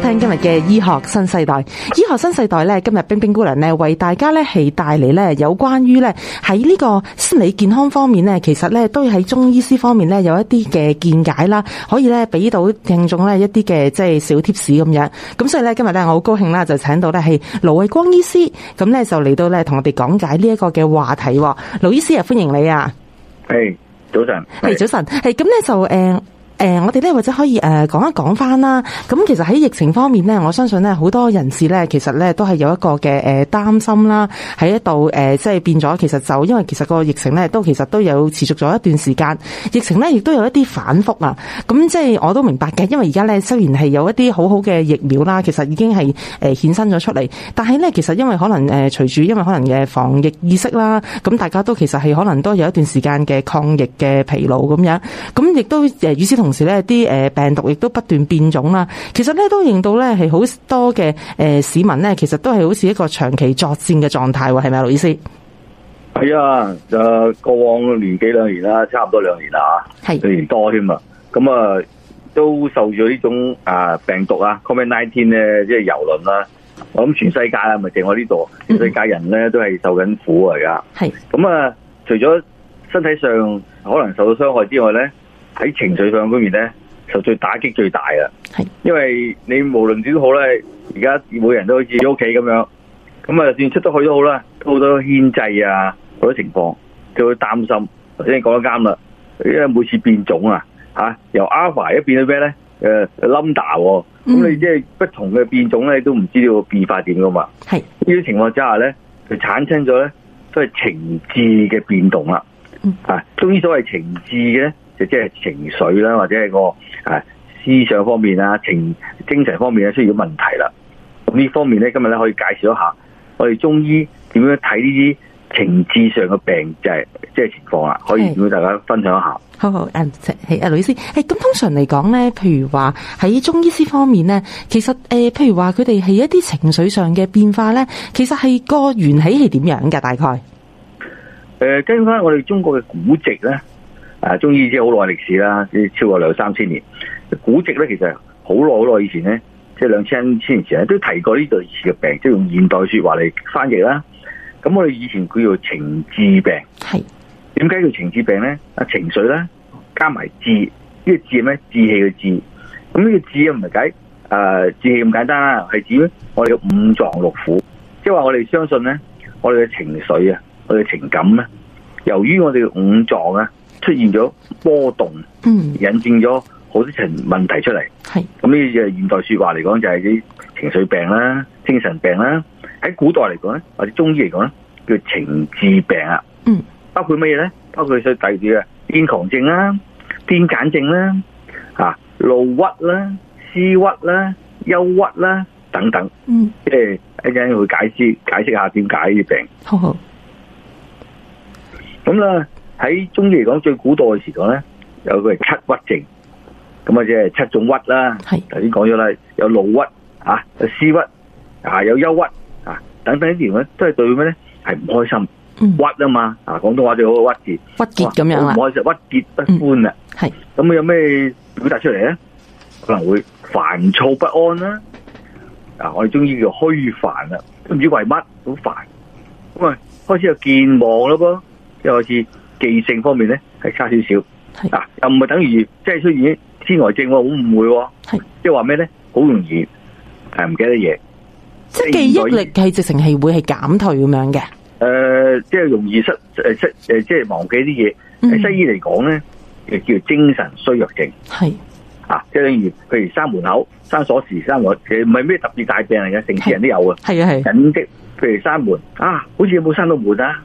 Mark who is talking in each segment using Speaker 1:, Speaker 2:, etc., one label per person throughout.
Speaker 1: 聽今日嘅醫學新世代，醫學新世代咧，今日冰冰姑娘咧為大家咧係帶嚟咧有關於咧喺呢個心理健康方面咧，其實咧都喺中醫師方面咧有一啲嘅見解啦，可以咧俾到聽眾咧一啲嘅即係小貼士咁樣。咁所以咧今日咧我好高興啦，就請到咧係盧衛光醫師，咁咧就嚟到咧同我哋講解呢一個嘅話題喎。盧醫師啊，歡迎你啊！
Speaker 2: 係早晨，
Speaker 1: 係早晨，係咁咧就誒。呃誒、呃，我哋咧或者可以誒、呃、講一講翻啦。咁其實喺疫情方面咧，我相信咧好多人士咧，其實咧都係有一個嘅誒、呃、擔心啦，喺一度誒即係變咗。其實就因為其實個疫情咧都其實都有持續咗一段時間，疫情咧亦都有一啲反覆啊。咁即係我都明白嘅，因為而家咧雖然係有一啲好好嘅疫苗啦，其實已經係誒衍生咗出嚟，但係咧其實因為可能誒、呃、隨住因為可能嘅防疫意識啦，咁大家都其實係可能都有一段時間嘅抗疫嘅疲勞咁樣，咁亦都誒與此同同時咧，啲誒病毒亦都不斷變種啦。其實咧都令到咧係好多嘅誒市民咧，其實都係好似一個長期作戰嘅狀態喎，係咪啊，盧醫師？
Speaker 2: 係啊，誒過往年幾兩年啦，差唔多兩年啦嚇，
Speaker 1: 係
Speaker 2: 兩年多添啊。咁啊，都受咗呢種啊病毒啊 Covid nineteen 咧，即係遊論啦。我諗全世界啊，唔係淨我呢度，全世界人咧都係受緊苦啊而家。
Speaker 1: 係
Speaker 2: 咁啊，除咗身體上可能受到傷害之外咧，喺情緒上方面咧，受最打擊最大啊！
Speaker 1: 係
Speaker 2: 因為你無論點都好咧，而家每人都好似屋企咁樣，咁啊，就算出得去都好啦，都好多牽制啊，好多情況就會擔心。頭先你講得啱啦，因為每次變種啊，嚇、由 alpha 一變到咩咧？誒 lambda 喎，咁你即係不同嘅變種咧，都唔知道變化點噶嘛。
Speaker 1: 係
Speaker 2: 呢啲情況之下咧，佢產生咗咧都係情志嘅變動啦
Speaker 1: 嗯。
Speaker 2: 啊，中醫所謂情志嘅咧，就即係情緒啦，或者係個啊思想方面啊、情精神方面咧出現咗問題啦。咁呢方面咧，今日咧可以介紹一下我哋中醫點樣睇呢啲情志上嘅病就係即係情況啦，可以
Speaker 1: 係
Speaker 2: 點樣大家分享一下。
Speaker 1: 好好誒，係啊誒，盧醫師，係咁通常嚟講咧，譬如話喺中醫師方面咧，其實誒，譬如話佢哋係一啲情緒上嘅變化咧，其實係個緣起係點樣㗎？大概
Speaker 2: 誒、呃跟翻我哋中國嘅古籍咧，啊，中醫即係好耐歷史啦，即係超過兩三千年。古籍咧其實好耐好耐以前咧，即係兩千千年前咧都提過呢類似嘅病，即係用現代説話嚟翻譯啦。咁我哋以前叫做情志病，
Speaker 1: 係
Speaker 2: 點解叫情志病咧？啊，情緒啦，加埋志，呢個志係咩？志氣嘅志。咁呢個志啊，唔係解誒志氣咁簡單啦，係指我哋嘅五臟六腑，即係話我哋相信咧，我哋嘅情緒啊，我哋嘅情感咧，由於我哋嘅五臟啊出現咗波動，
Speaker 1: 嗯
Speaker 2: 引證咗好多層問題出嚟。
Speaker 1: 係
Speaker 2: 咁呢啲就現代説話嚟講，就係啲情緒病啦、精神病啦。喺古代嚟講咧，或者中醫嚟講咧，叫情志病啊。
Speaker 1: 嗯，
Speaker 2: 包括乜嘢咧？包括佢第二嘅癲狂症啦、癲癇症啦、啊怒鬱啦、思鬱啦、憂鬱啦等等。
Speaker 1: 嗯，
Speaker 2: 即係一陣會解釋解釋下點解呢啲病。
Speaker 1: 好好
Speaker 2: 咁啦，喺中醫嚟講，最古代嘅時代咧，有個係七鬱症，咁啊即係七種鬱啦。
Speaker 1: 係
Speaker 2: 頭先講咗啦，有怒鬱啊，有思鬱啊，有憂鬱啊，等等呢啲咧，都係對咩咧？係唔開心，
Speaker 1: 嗯
Speaker 2: 鬱啊嘛，啊廣東話最好嘅鬱字，
Speaker 1: 鬱結咁樣
Speaker 2: 哇
Speaker 1: 啦
Speaker 2: 唔，開心，鬱結不歡啊。
Speaker 1: 係
Speaker 2: 咁佢有咩表達出嚟咧？可能會煩躁不安啦，啊，我哋中醫叫虛煩啊，都唔知為乜好煩。咁啊，開始有健忘咯噃，又開始記性方面咧係差少
Speaker 1: 係
Speaker 2: 少，啊，又唔係等於即係出現天外症喎，好誤會喎
Speaker 1: 係，
Speaker 2: 即係話咩咧？好容易係唔記得嘢，誒、
Speaker 1: 即係記憶力係直情係會係減退咁樣嘅。
Speaker 2: 即係容易失誒失誒，即係忘記啲嘢。
Speaker 1: 嗯
Speaker 2: 喺西醫嚟講咧，亦叫精神衰弱症。
Speaker 1: 係
Speaker 2: 啊，即係例如譬如閂門口、閂鎖匙、閂門，其實唔係咩特別大病嚟嘅，城市人都有嘅。
Speaker 1: 係啊係。
Speaker 2: 緊迫，譬如閂門啊，好似有冇閂到門啊？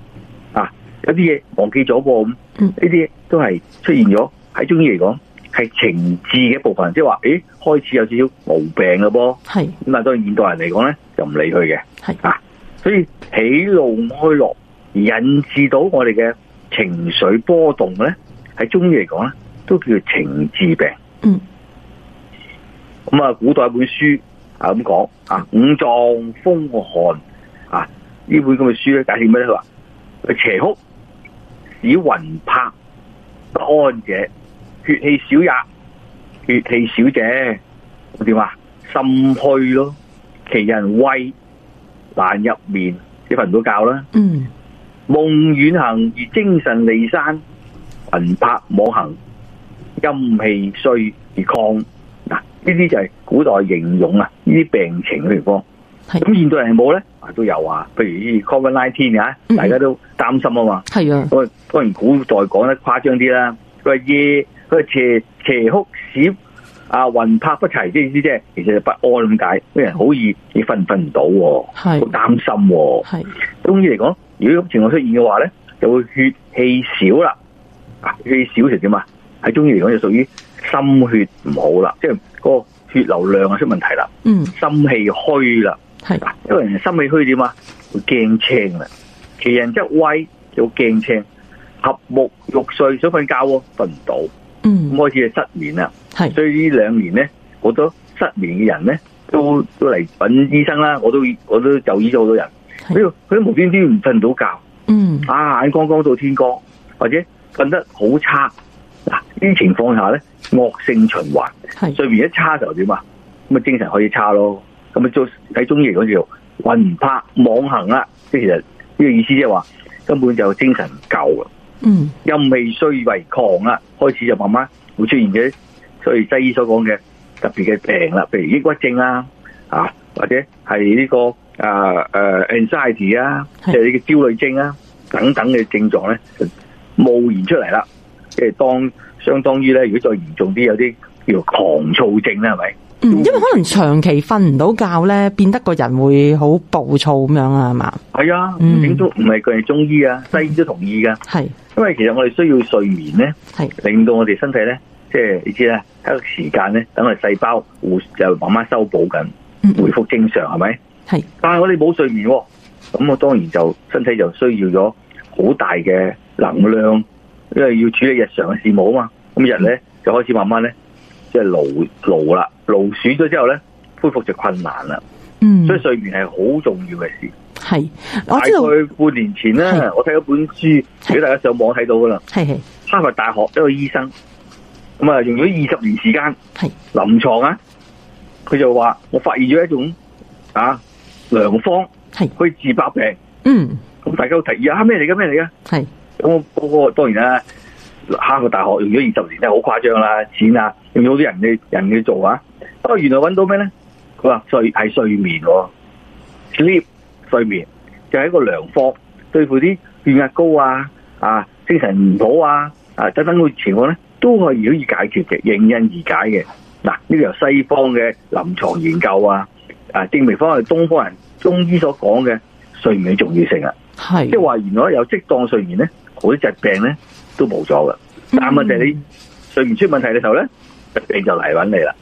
Speaker 2: 啊，有啲嘢忘記咗噃咁，
Speaker 1: 嗯
Speaker 2: 呢啲都係出現咗喺中醫嚟講係情志嘅一部分，即係話，誒開始有少少毛病嘅噃。
Speaker 1: 係
Speaker 2: 咁啊但係當然現代人嚟講咧，就唔理佢嘅。
Speaker 1: 係
Speaker 2: 啊，所以喜怒哀樂引致到我哋嘅情緒波動咧，喺中醫嚟講咧，都叫做情志病。
Speaker 1: 嗯。
Speaker 2: 咁啊，古代有本書啊咁講啊，五臟風寒啊，呢本咁嘅書咧解釋咩咧？佢話邪哭使魂魄不安者，血氣少也，血氣少者咁點啊？心虛咯，其人畏難入眠，你瞓唔到覺啦。
Speaker 1: 嗯
Speaker 2: 夢遠行而精神離散，魂魄妄行，陰氣衰而亢。嗱，呢啲就係古代形容啊，呢啲病情嘅地方。
Speaker 1: 係
Speaker 2: 咁現代人有冇咧？啊，都有啊，譬如呢 Covid nineteen 啊，
Speaker 1: 嗯
Speaker 2: 大家都擔心啊嘛。
Speaker 1: 係啊，
Speaker 2: 咁啊當然古代講得誇張啲啦，佢話夜佢話邪邪哭閃啊，魂魄不齊，即係意思即係其實就不安咁解，啲人好易你瞓唔瞓唔到喎，
Speaker 1: 係
Speaker 2: 好擔心喎。
Speaker 1: 係
Speaker 2: 中醫嚟講，如果咁情況出現嘅話咧，就會血氣少啦。啊，血氣少其實點啊？喺中醫嚟講就屬於心血唔好啦，即係啊嗰個血流量啊出問題啦，
Speaker 1: 嗯
Speaker 2: 心氣虛啦。
Speaker 1: 係
Speaker 2: 嗱，因為人心氣虛點啊，會驚青啦。其人則威，就驚青，啊合目欲睡，想瞓覺喎，瞓唔到，咁
Speaker 1: 嗯
Speaker 2: 開始就失眠啦。
Speaker 1: 係
Speaker 2: 所以呢兩年咧，好多失眠嘅人咧，都都嚟揾醫生啦。我都我都就醫咗好多人，
Speaker 1: 係
Speaker 2: 佢都佢都無端端唔瞓到覺。
Speaker 1: 嗯
Speaker 2: 啊，眼光光到天光，或者瞓得好差。嗱，呢啲情況下咧，惡性循環，
Speaker 1: 係
Speaker 2: 睡眠一差就點啊？咁啊，精神可以差咯。咁啊，做喺中醫嚟講叫魂魄妄行啦，即係其實呢個意思即係話根本就精神唔夠啊啦，
Speaker 1: 嗯
Speaker 2: 陰氣衰為狂啦，開始就慢慢會出現嘅，所以西醫所講嘅特別嘅病啦，譬如抑鬱症啦，啊或者係呢、個啊誒、呃 anxiety 啊，
Speaker 1: 係
Speaker 2: 即係呢個焦慮症啊等等嘅症狀咧，就冒然出嚟啦。即係當相當於咧，如果再嚴重啲，有啲叫做狂躁症啊啦，係咪？
Speaker 1: 嗯，因為可能長期瞓唔到覺咧，變得個人會好暴躁咁樣啊，係嘛？
Speaker 2: 係啊，
Speaker 1: 嗯
Speaker 2: 整中唔係佢係中醫啊，西醫都同意噶。
Speaker 1: 係
Speaker 2: 因為其實我哋需要睡眠咧，
Speaker 1: 係
Speaker 2: 令到我哋身體咧，即係你知啦，喺個時間咧，等我哋細胞互就慢慢修補緊，
Speaker 1: 嗯
Speaker 2: 回復正常係咪？
Speaker 1: 係
Speaker 2: 但係我哋冇睡眠喎，咁我當然就身體就需要咗好大嘅能量，因為要處理日常嘅事務啊嘛。咁日咧就開始慢慢咧，即係勞勞啦，勞損咗之後咧，恢復就困難啦。
Speaker 1: 嗯
Speaker 2: 所以睡眠係好重要嘅事。
Speaker 1: 係，
Speaker 2: 大
Speaker 1: 我知道
Speaker 2: 概半年前咧
Speaker 1: 係，
Speaker 2: 我睇咗本書，
Speaker 1: 係
Speaker 2: 如果大家上網睇到噶啦。
Speaker 1: 係係
Speaker 2: 哈佛大學一個醫生，咁啊用咗二十年時間
Speaker 1: 係
Speaker 2: 臨床啊，佢就話我發現咗一種啊良方
Speaker 1: 係
Speaker 2: 可以治百病，
Speaker 1: 嗯
Speaker 2: 咁大家都提議啊咩嚟嘅咩嚟嘅，
Speaker 1: 係
Speaker 2: 咁我嗰個當然啦，哈佛大學用咗二十年真係好誇張啦，錢啊用咗好多人嘅人去做啊，不過原來揾到咩咧？佢話睡係睡眠喎，sleep 睡眠就係一個良方，對付啲血壓高啊、啊精神唔好啊、啊等等嘅情況咧，都係可以解決嘅，迎刃而解嘅。嗱，呢個由西方嘅臨床研究啊，啊證明翻我哋東方人中醫所講嘅睡眠嘅重要性啊。
Speaker 1: 係，
Speaker 2: 即係話原來有適當睡眠咧，好多疾病咧都冇咗噶。
Speaker 1: 嗯
Speaker 2: 但問題你睡眠出問題嘅時候咧，疾病就嚟揾你啦。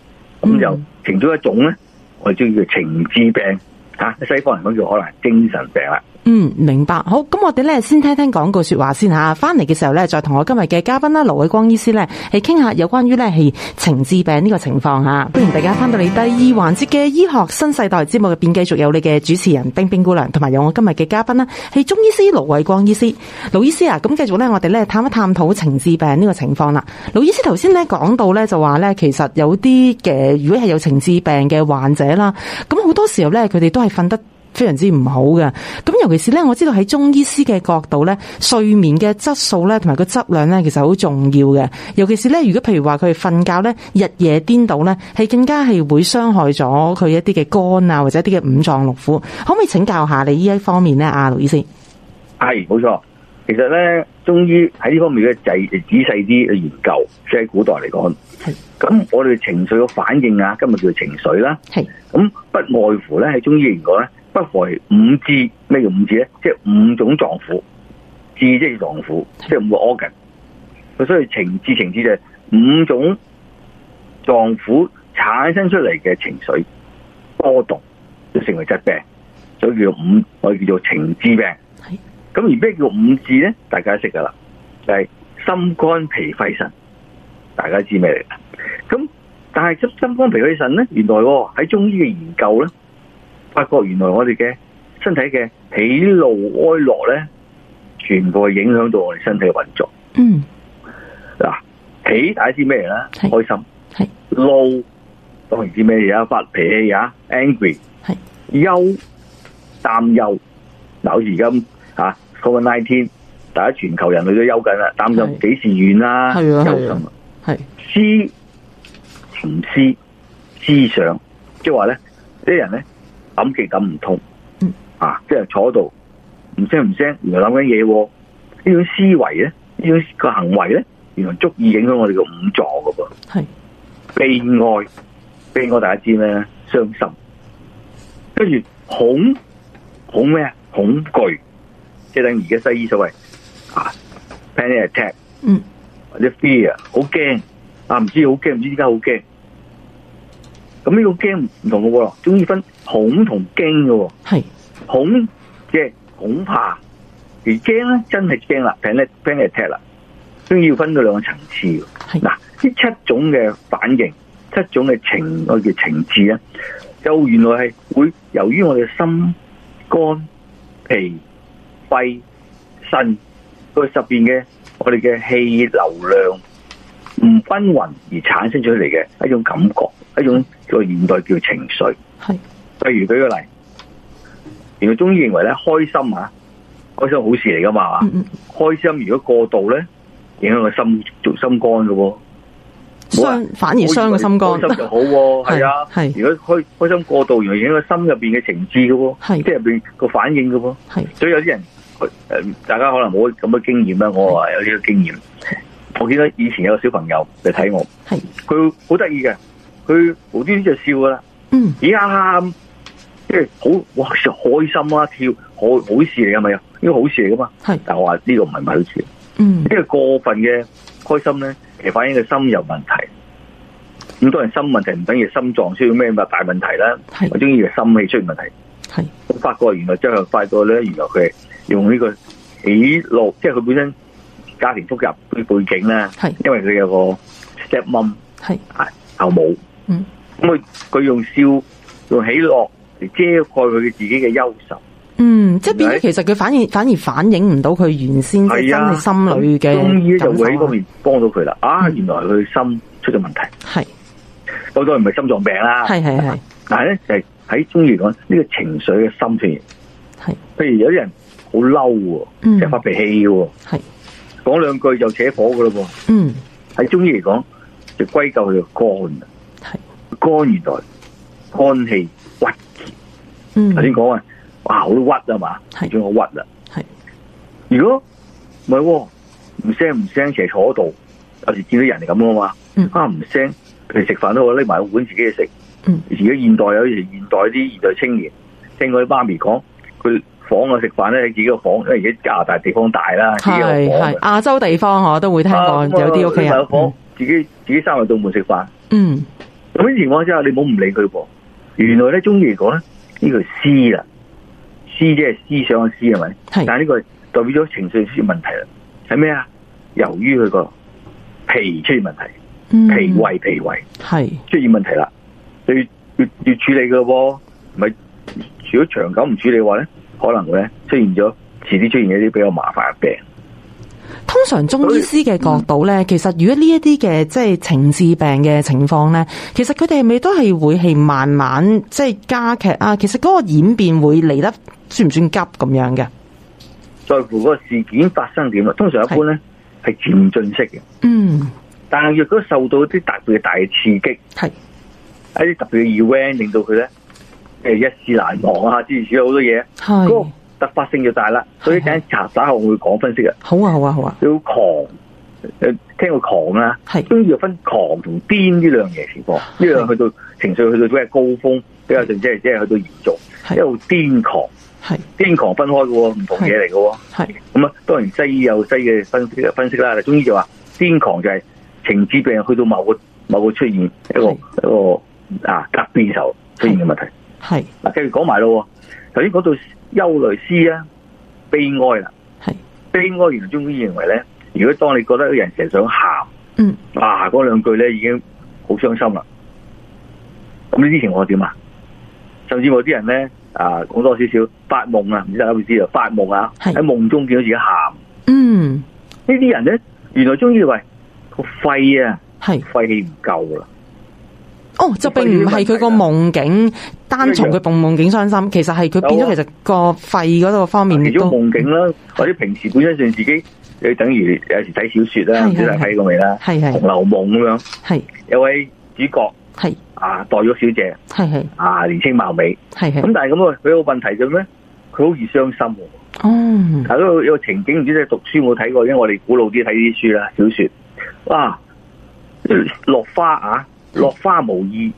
Speaker 2: 咁就
Speaker 1: 嗯
Speaker 2: 其中一種咧，我哋叫做情志病吓、啊西方人講叫可能精神病啦。
Speaker 1: 嗯，明白。好，咁我哋咧先聽聽廣告说話先吓，翻嚟嘅時候咧，再同我今日嘅嘉賓啦，盧偉光醫師咧，係傾下有關於咧係情志病呢個情況吓。歡迎大家翻到嚟第二環節嘅醫學新世代節目入邊，繼續有你嘅主持人冰冰姑娘，同埋有我今日嘅嘉賓啦，係中醫師盧偉光醫師。盧醫師啊，咁繼續咧，我哋咧探一探討情志病呢個情況啦。盧醫師頭先咧講到咧就話咧，其實有啲嘅如果係有情志病嘅患者啦，咁好多時候咧佢哋都係瞓得。非常之唔好嘅。咁尤其是咧，我知道喺中醫師嘅角度咧，睡眠嘅質素咧，同埋個質量咧，其實好重要嘅。尤其是咧，如果譬如話佢哋瞓覺咧，日夜顛倒咧，係更加係會傷害咗佢一啲嘅肝啊，或者一啲嘅五臟六腑。可唔可以請教下你呢一方面咧，阿盧醫師？
Speaker 2: 係冇錯，其實咧中醫喺呢方面嘅仔仔細啲嘅研究，即係喺古代嚟講
Speaker 1: 係。
Speaker 2: 咁我哋情緒嘅反應啊，今日叫做情緒啦。
Speaker 1: 係
Speaker 2: 咁不外乎咧喺中醫嚟講咧，不外五志，咩叫五志咧？即係五種臟腑，志即係臟腑，即係五個 organ。佢所以情志情志就係五種臟腑產生出嚟嘅情緒波動，就成為疾病，所以叫做五，我哋叫做情志病。
Speaker 1: 係
Speaker 2: 咁而咩叫五志咧？大家識噶啦，就係、心肝脾肺腎，大家知咩嚟啦？咁但係心心肝脾肺腎咧，原來喎喺中醫嘅研究咧，發覺原來我哋嘅身體嘅喜怒哀樂咧，全部係影響到我哋身體嘅運作。
Speaker 1: 嗯
Speaker 2: 嗱，喜大家知咩嚟啦？
Speaker 1: 係
Speaker 2: 開心。
Speaker 1: 係
Speaker 2: 怒當然知咩嘢啊，發脾氣啊，angry，
Speaker 1: 係
Speaker 2: 憂擔憂。嗱，好似而家嚇 Covid nineteen，大家全球人類都憂緊啦，擔心
Speaker 1: 係
Speaker 2: 幾時完啦、
Speaker 1: 係啊
Speaker 2: 憂
Speaker 1: 係
Speaker 2: 心
Speaker 1: 啊
Speaker 2: 啊。
Speaker 1: 係
Speaker 2: 思情思思想，即係話咧，啲人咧諗極諗唔通
Speaker 1: 嗯，
Speaker 2: 啊，即係坐喺度唔聲唔聲，原來諗緊嘢喎。呢種思維咧，呢種個行為咧，原來足以影響我哋嘅五臟噶噃。
Speaker 1: 係
Speaker 2: 悲哀，悲哀大家知咩咧？傷心，跟住恐恐咩啊？恐懼，即係等於而家西醫所謂啊 panic attack。
Speaker 1: 嗯
Speaker 2: 或者 fear，好驚啊！唔知好驚，唔知點解好驚。咁呢個驚唔同嘅喎，中意分恐同驚嘅喎。
Speaker 1: 係
Speaker 2: 恐即係恐怕，而驚咧真係驚啦，panic panic attack 啦。都要分到兩個層次喎。
Speaker 1: 係
Speaker 2: 嗱，呢七種嘅反應，七種嘅情，我叫情志咧，就原來係會由於我哋心、肝、脾、肺、腎佢入邊嘅我哋嘅氣流量唔均勻而產生出嚟嘅一種感覺，一種個現代叫情緒。
Speaker 1: 係
Speaker 2: 例如舉個例，原來中醫認為咧開心啊，開心好事嚟噶嘛，係嘛
Speaker 1: 嗯嗯
Speaker 2: 開心如果過度咧，影響個心做心肝嘅喎。
Speaker 1: 傷反而傷個心肝
Speaker 2: 開心就好喎，係啊。
Speaker 1: 係係
Speaker 2: 如果開開心過度，原來影響個心入邊嘅情志嘅喎，
Speaker 1: 係
Speaker 2: 即係入邊個反應嘅喎。
Speaker 1: 係
Speaker 2: 所以有啲人誒、呃大家可能冇咁嘅經驗啦。我話有呢個經驗，我記得以前有個小朋友嚟睇我，
Speaker 1: 係
Speaker 2: 佢好得意嘅，佢無端端就笑噶啦。
Speaker 1: 嗯
Speaker 2: 咦啊呀，即係好哇，開心啊，跳好好事嚟㗎咪？啊呢個好事嚟噶嘛？
Speaker 1: 係
Speaker 2: 但我話呢個唔係唔係好事。
Speaker 1: 嗯
Speaker 2: 因為過分嘅開心咧，其實反映佢心有問題。咁當然心問題唔等於心臟需要咩大問題啦，
Speaker 1: 係
Speaker 2: 我中意係心氣出現問題。
Speaker 1: 係
Speaker 2: 我發覺原來真係快到咧，原來佢係用呢個喜怒，即係佢本身家庭複雜嘅背景啦，
Speaker 1: 係
Speaker 2: 因為佢有個 step mom
Speaker 1: 係
Speaker 2: 後母，
Speaker 1: 嗯，
Speaker 2: 咁佢佢用笑用喜樂嚟遮蓋佢自己嘅憂愁。
Speaker 1: 嗯，即係變
Speaker 2: 係
Speaker 1: 咗其實佢反而反而反映唔到佢原先即係
Speaker 2: 係
Speaker 1: 真
Speaker 2: 啊，
Speaker 1: 係心裏
Speaker 2: 中醫
Speaker 1: 嘅
Speaker 2: 就
Speaker 1: 感
Speaker 2: 會喺
Speaker 1: 受
Speaker 2: 方
Speaker 1: 啊。
Speaker 2: 面幫到佢啦。啊，
Speaker 1: 嗯
Speaker 2: 原來佢心出咗問題。
Speaker 1: 係
Speaker 2: 好多人唔係心臟病啦，
Speaker 1: 係係係
Speaker 2: 但係咧就係喺中醫嚟講，呢個情緒嘅心出現。
Speaker 1: 係
Speaker 2: 譬如有啲人好嬲喎，
Speaker 1: 嗯
Speaker 2: 即係發脾氣喎，
Speaker 1: 係
Speaker 2: 講兩句就扯火噶咯喎。
Speaker 1: 嗯
Speaker 2: 喺中醫嚟講，就歸咎佢個肝啊，
Speaker 1: 係
Speaker 2: 肝原來肝氣鬱結。
Speaker 1: 嗯
Speaker 2: 頭先講啊，哇好鬱啊嘛，
Speaker 1: 係
Speaker 2: 仲有鬱啦。
Speaker 1: 係
Speaker 2: 如果唔係喎，唔聲唔聲，成日坐喺度，有時見到人係咁噶嘛，
Speaker 1: 嗯
Speaker 2: 啊唔聲，譬如食飯都好，拎埋個碗自己去食。
Speaker 1: 嗯
Speaker 2: 而家現代有時現代啲現代青年，聽佢媽咪講，佢房啊食飯咧喺自己個房，因為而家加拿大地方大啦，自己有
Speaker 1: 係
Speaker 2: 個房
Speaker 1: 係
Speaker 2: 嘅。
Speaker 1: 亞洲地方我都會聽過
Speaker 2: 啊咁啊
Speaker 1: 有啲屋企
Speaker 2: 你買個
Speaker 1: 人
Speaker 2: 房自己自己閂埋道門食飯。
Speaker 1: 嗯
Speaker 2: 咁呢情況之下，你唔好唔理佢噃。原來咧，中醫嚟講咧，呢個思啦，思即係思想嘅思係咪？
Speaker 1: 係
Speaker 2: 但係呢個代表咗情緒出現問題啦。係咩啊？由於佢個脾出現問題，
Speaker 1: 嗯
Speaker 2: 脾胃脾胃
Speaker 1: 係
Speaker 2: 出現問題啦，你要要要處理嘅喎。唔係，如果長久唔處理嘅話咧，可能會咧出現咗遲啲出現一啲比較麻煩嘅病。
Speaker 1: 通常中醫師嘅角度咧，
Speaker 2: 嗯
Speaker 1: 其實如果呢一啲嘅即係情志病嘅情況咧，其實佢哋係咪都係會係慢慢即係加劇啊？其實嗰個演變會嚟得算唔算急咁樣嘅？
Speaker 2: 在乎嗰個事件發生點啦。通常一般咧係漸進式嘅，
Speaker 1: 嗯，
Speaker 2: 但係若果受到一啲特別大嘅刺激。
Speaker 1: 係
Speaker 2: 一啲特別嘅 event 令到佢咧，誒一試難忘啊，諸如此類好多嘢，嗰、
Speaker 1: 係
Speaker 2: 個突發性就大啦。所以一陣查稍後我會講分析嘅，
Speaker 1: 好啊好啊好啊，
Speaker 2: 要狂誒聽過狂啦，
Speaker 1: 係
Speaker 2: 中意就分狂同癲呢兩樣嘢情況，呢兩樣去到情緒去到即係高峰，比較甚即係即係去到嚴重，一
Speaker 1: 係
Speaker 2: 路癲狂，
Speaker 1: 係
Speaker 2: 癲狂分開嘅喎，唔同嘢嚟嘅喎。
Speaker 1: 係
Speaker 2: 咁啊，當然西醫有西醫嘅分析分析啦，但中醫就話癲狂就係情志病去到某個某個出現一個
Speaker 1: 係
Speaker 2: 一個啊突變時候出現嘅問題。
Speaker 1: 係
Speaker 2: 嗱，繼續講埋咯喎，頭先講到憂慮思啊、悲哀啦，
Speaker 1: 係
Speaker 2: 悲哀原來中醫認為咧，如果當你覺得有人成日想喊，
Speaker 1: 嗯
Speaker 2: 啊嗰兩句咧已經好傷心啦，咁呢啲情況點啊？甚至乎有啲人咧啊講多少少發夢啊，唔知大家會知道發夢啊，
Speaker 1: 係
Speaker 2: 喺夢中見到自己喊。
Speaker 1: 嗯
Speaker 2: 呢啲人咧，原來中醫為個肺啊，
Speaker 1: 係
Speaker 2: 肺氣唔夠啦，
Speaker 1: 哦，就並唔係佢個夢境，單從佢夢夢境傷心，其實係佢變
Speaker 2: 有啊
Speaker 1: 咗其實個肺嗰度方面
Speaker 2: 其
Speaker 1: 都
Speaker 2: 中夢境啦，或者平時本身上自己，你等於有時睇小說啦，
Speaker 1: 係
Speaker 2: 唔知
Speaker 1: 係
Speaker 2: 大家睇過未啦，
Speaker 1: 係
Speaker 2: 《紅
Speaker 1: 係
Speaker 2: 樓夢》咁樣，
Speaker 1: 係
Speaker 2: 有位主角
Speaker 1: 係
Speaker 2: 啊，黛玉小姐
Speaker 1: 係係
Speaker 2: 啊，年青貌美，
Speaker 1: 係係
Speaker 2: 咁但係咁啊，佢有個問題就咩？佢好易傷心喎。
Speaker 1: 哦
Speaker 2: 嗱，嗰個有個情景，唔知你讀書有冇睇過，因為我哋古老啲睇啲書啦，小説。哇，落花啊，
Speaker 1: 嗯
Speaker 2: 落花無意，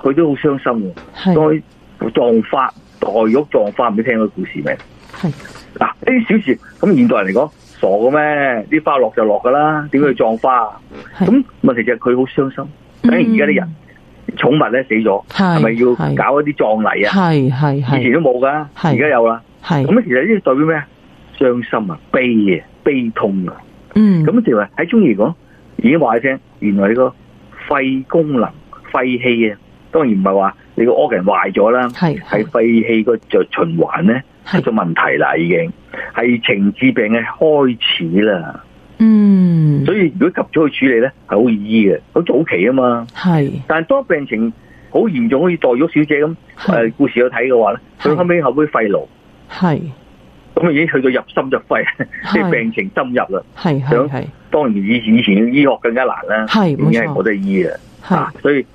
Speaker 2: 佢都好傷心嘅。
Speaker 1: 係
Speaker 2: 當撞花，黛玉撞花，唔知聽過故事未？
Speaker 1: 係
Speaker 2: 嗱，呢啲小事，咁現代人嚟講，傻嘅咩？啲花落就落噶啦，點解要撞花啊？
Speaker 1: 係
Speaker 2: 咁問題就係佢好傷心。等於而家啲人寵物咧死咗，
Speaker 1: 嗯係
Speaker 2: 係咪要
Speaker 1: 係
Speaker 2: 搞一啲葬禮啊？
Speaker 1: 係係
Speaker 2: 以前
Speaker 1: 係
Speaker 2: 都冇噶，
Speaker 1: 係
Speaker 2: 而家有啦。
Speaker 1: 係
Speaker 2: 咁其實呢個代表咩啊？傷心啊，悲啊，悲痛啊。
Speaker 1: 嗯
Speaker 2: 咁就話喺中醫嚟講，已經話你聽，原來你個肺功能、肺氣啊，當然唔係話你個 organ 壞咗啦，
Speaker 1: 係
Speaker 2: 係
Speaker 1: 係
Speaker 2: 肺氣個就循環咧出咗
Speaker 1: 嗯係
Speaker 2: 問題啦，已經係情志病嘅開始啦。
Speaker 1: 嗯
Speaker 2: 所以如果及早去處理咧，係好易醫嘅，好早期啊嘛。
Speaker 1: 係
Speaker 2: 但係當病情好嚴重，好似黛玉小姐咁，誒、
Speaker 1: 係
Speaker 2: 故事有睇嘅話咧，佢
Speaker 1: 係
Speaker 2: 後尾後尾肺癆，
Speaker 1: 係
Speaker 2: 咁啊已經去到入心入肺，即係病情深入啦。
Speaker 1: 係係係
Speaker 2: 當然以以前嘅醫學更加難啦，
Speaker 1: 係冇
Speaker 2: 已經係
Speaker 1: 錯
Speaker 2: 冇得醫嘅，
Speaker 1: 係
Speaker 2: 啊，所以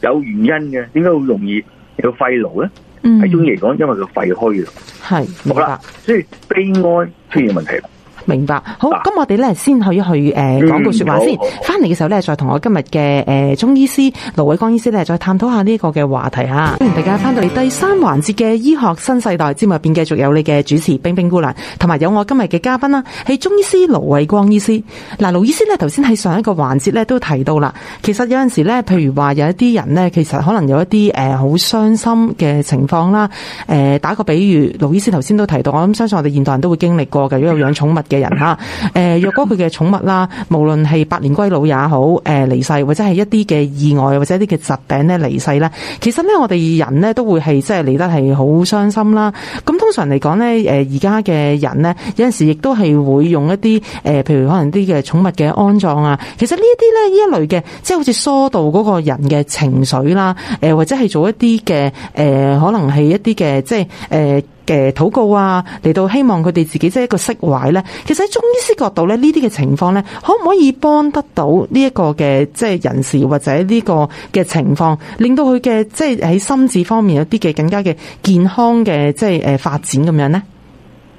Speaker 2: 有原因嘅，點解會容易有肺癆咧？
Speaker 1: 嗯
Speaker 2: 喺中醫嚟講，因為佢肺虛啦，
Speaker 1: 係明
Speaker 2: 好
Speaker 1: 白
Speaker 2: 啦。，所以悲哀出現問題啦。
Speaker 1: 明白，好，
Speaker 2: 嗱
Speaker 1: 咁我哋咧先去一去誒講句説話先
Speaker 2: 啊嗯好好，好
Speaker 1: 翻嚟嘅時候咧再同我今日嘅誒中醫師盧偉光醫師咧再探討下呢個嘅話題嚇。歡迎大家翻到嚟第三環節嘅醫學新世代節目入邊，繼續有你嘅主持冰冰姑娘，同埋有我今日嘅嘉賓啦，係中醫師盧偉光醫師。嗱，盧醫師咧頭先喺上一個環節咧都提到啦，其實有陣時咧，譬如話有一啲人咧，其實可能有一啲誒好傷心嘅情況啦。誒、打個比喻，盧醫師頭先都提到，我諗相信我哋現代人都會經歷過嘅。如果有養寵物嘅人嚇，誒、若果佢嘅寵物啦，無論係百年歸老也好，誒、離世或者係一啲嘅意外或者一啲嘅疾病咧離世咧，其實咧我哋人咧都會係即係嚟得係好傷心啦。咁通常嚟講咧，誒而家嘅人咧有陣時亦都係會用一啲誒、譬如可能啲嘅寵物嘅安葬啊，其實呢啲咧呢一類嘅，即係好似疏導嗰個人嘅情緒啦，誒、或者係做一啲嘅誒，可能係一啲嘅即係誒。呃嘅禱告啊，嚟到希望佢哋自己即係一個釋懷咧。其實喺中醫師角度咧，呢啲嘅情況咧，可唔可以幫得到呢一個嘅即係人士或者呢個嘅情況，令到佢嘅即係喺心智方面有啲嘅更加嘅健康嘅即係誒呃發展咁樣咧？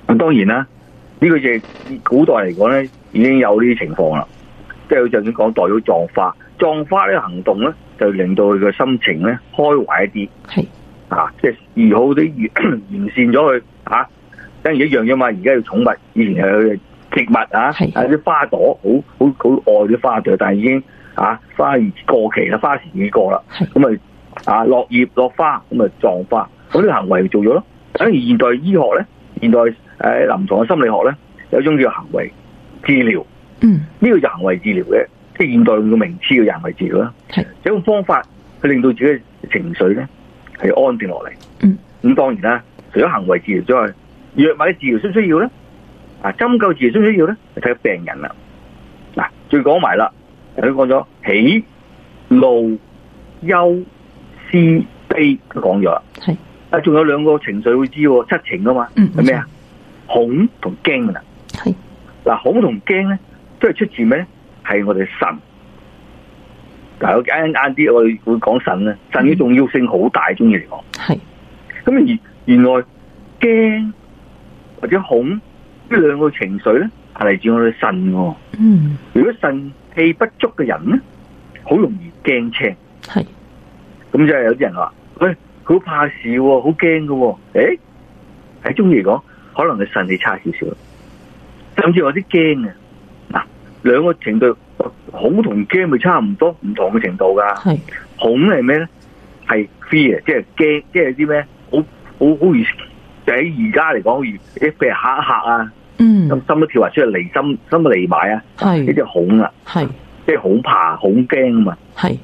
Speaker 2: 咁當然啦，呢、個就係古代嚟講咧，已經有呢啲情況啦。即係佢就算講代表葬花，葬花呢個行動咧，就令到佢嘅心情咧開懷一啲。
Speaker 1: 係
Speaker 2: 啊，即係如好啲完 完善咗佢嚇，等於一樣啫嘛。而家要寵物，以前係佢嘅植物啊，啊
Speaker 1: 係
Speaker 2: 啲花朵好好好愛啲花朵，但係已經啊花已過期啦，花時已過啦，
Speaker 1: 係
Speaker 2: 咁咪啊落葉落花，咁咪撞花，咁呢個行為做咗咯。等於現代醫學咧，現代誒、呃、臨床嘅心理學咧，有一種叫行為治療，
Speaker 1: 嗯
Speaker 2: 呢、個就行為治療嘅，即係現代用嘅名詞叫行為治療啦。
Speaker 1: 係
Speaker 2: 有一種方法去令到自己嘅情緒咧係安定落嚟。
Speaker 1: 嗯，
Speaker 2: 咁當然啦，除咗行為治療之外，藥物嘅治療需唔需要咧？啊，針灸治療需唔需要咧？就睇病人啦。嗱、最講埋啦，頭先講咗喜、怒、憂、思、悲都講咗啦。
Speaker 1: 係
Speaker 2: 啊，仲有兩個情緒會知喎，七情啊嘛，
Speaker 1: 嗯
Speaker 2: 係咩啊？恐同啊驚啦。
Speaker 1: 係
Speaker 2: 嗱，恐同驚咧，都係出自咩咧？係我哋腎。嗱，我啱啱啲我哋會講腎咧，腎嘅重要性好大，中意嚟講。
Speaker 1: 係
Speaker 2: 咁而原來驚或者恐呢兩個情緒咧，係嚟自我哋腎喎。
Speaker 1: 嗯
Speaker 2: 如果腎氣不足嘅人咧，好容易驚青。
Speaker 1: 係
Speaker 2: 咁就係有啲人話：，喂、佢好怕事喎、好驚嘅喎。誒喺中醫嚟講，可能佢腎氣差少少啦，甚至有啲驚啊！嗱，兩個程度，恐同驚咪差唔多唔同嘅程度㗎。
Speaker 1: 係
Speaker 2: 恐係咩咧？係 fear，即係驚，即係啲咩？好好好易，就喺而家嚟講，好易，誒譬如嚇一嚇啊，
Speaker 1: 嗯
Speaker 2: 心心都跳埋出嚟，離心心都離埋啊，呢
Speaker 1: 係
Speaker 2: 啲恐啊，
Speaker 1: 係
Speaker 2: 即係好怕、好驚啊嘛。
Speaker 1: 係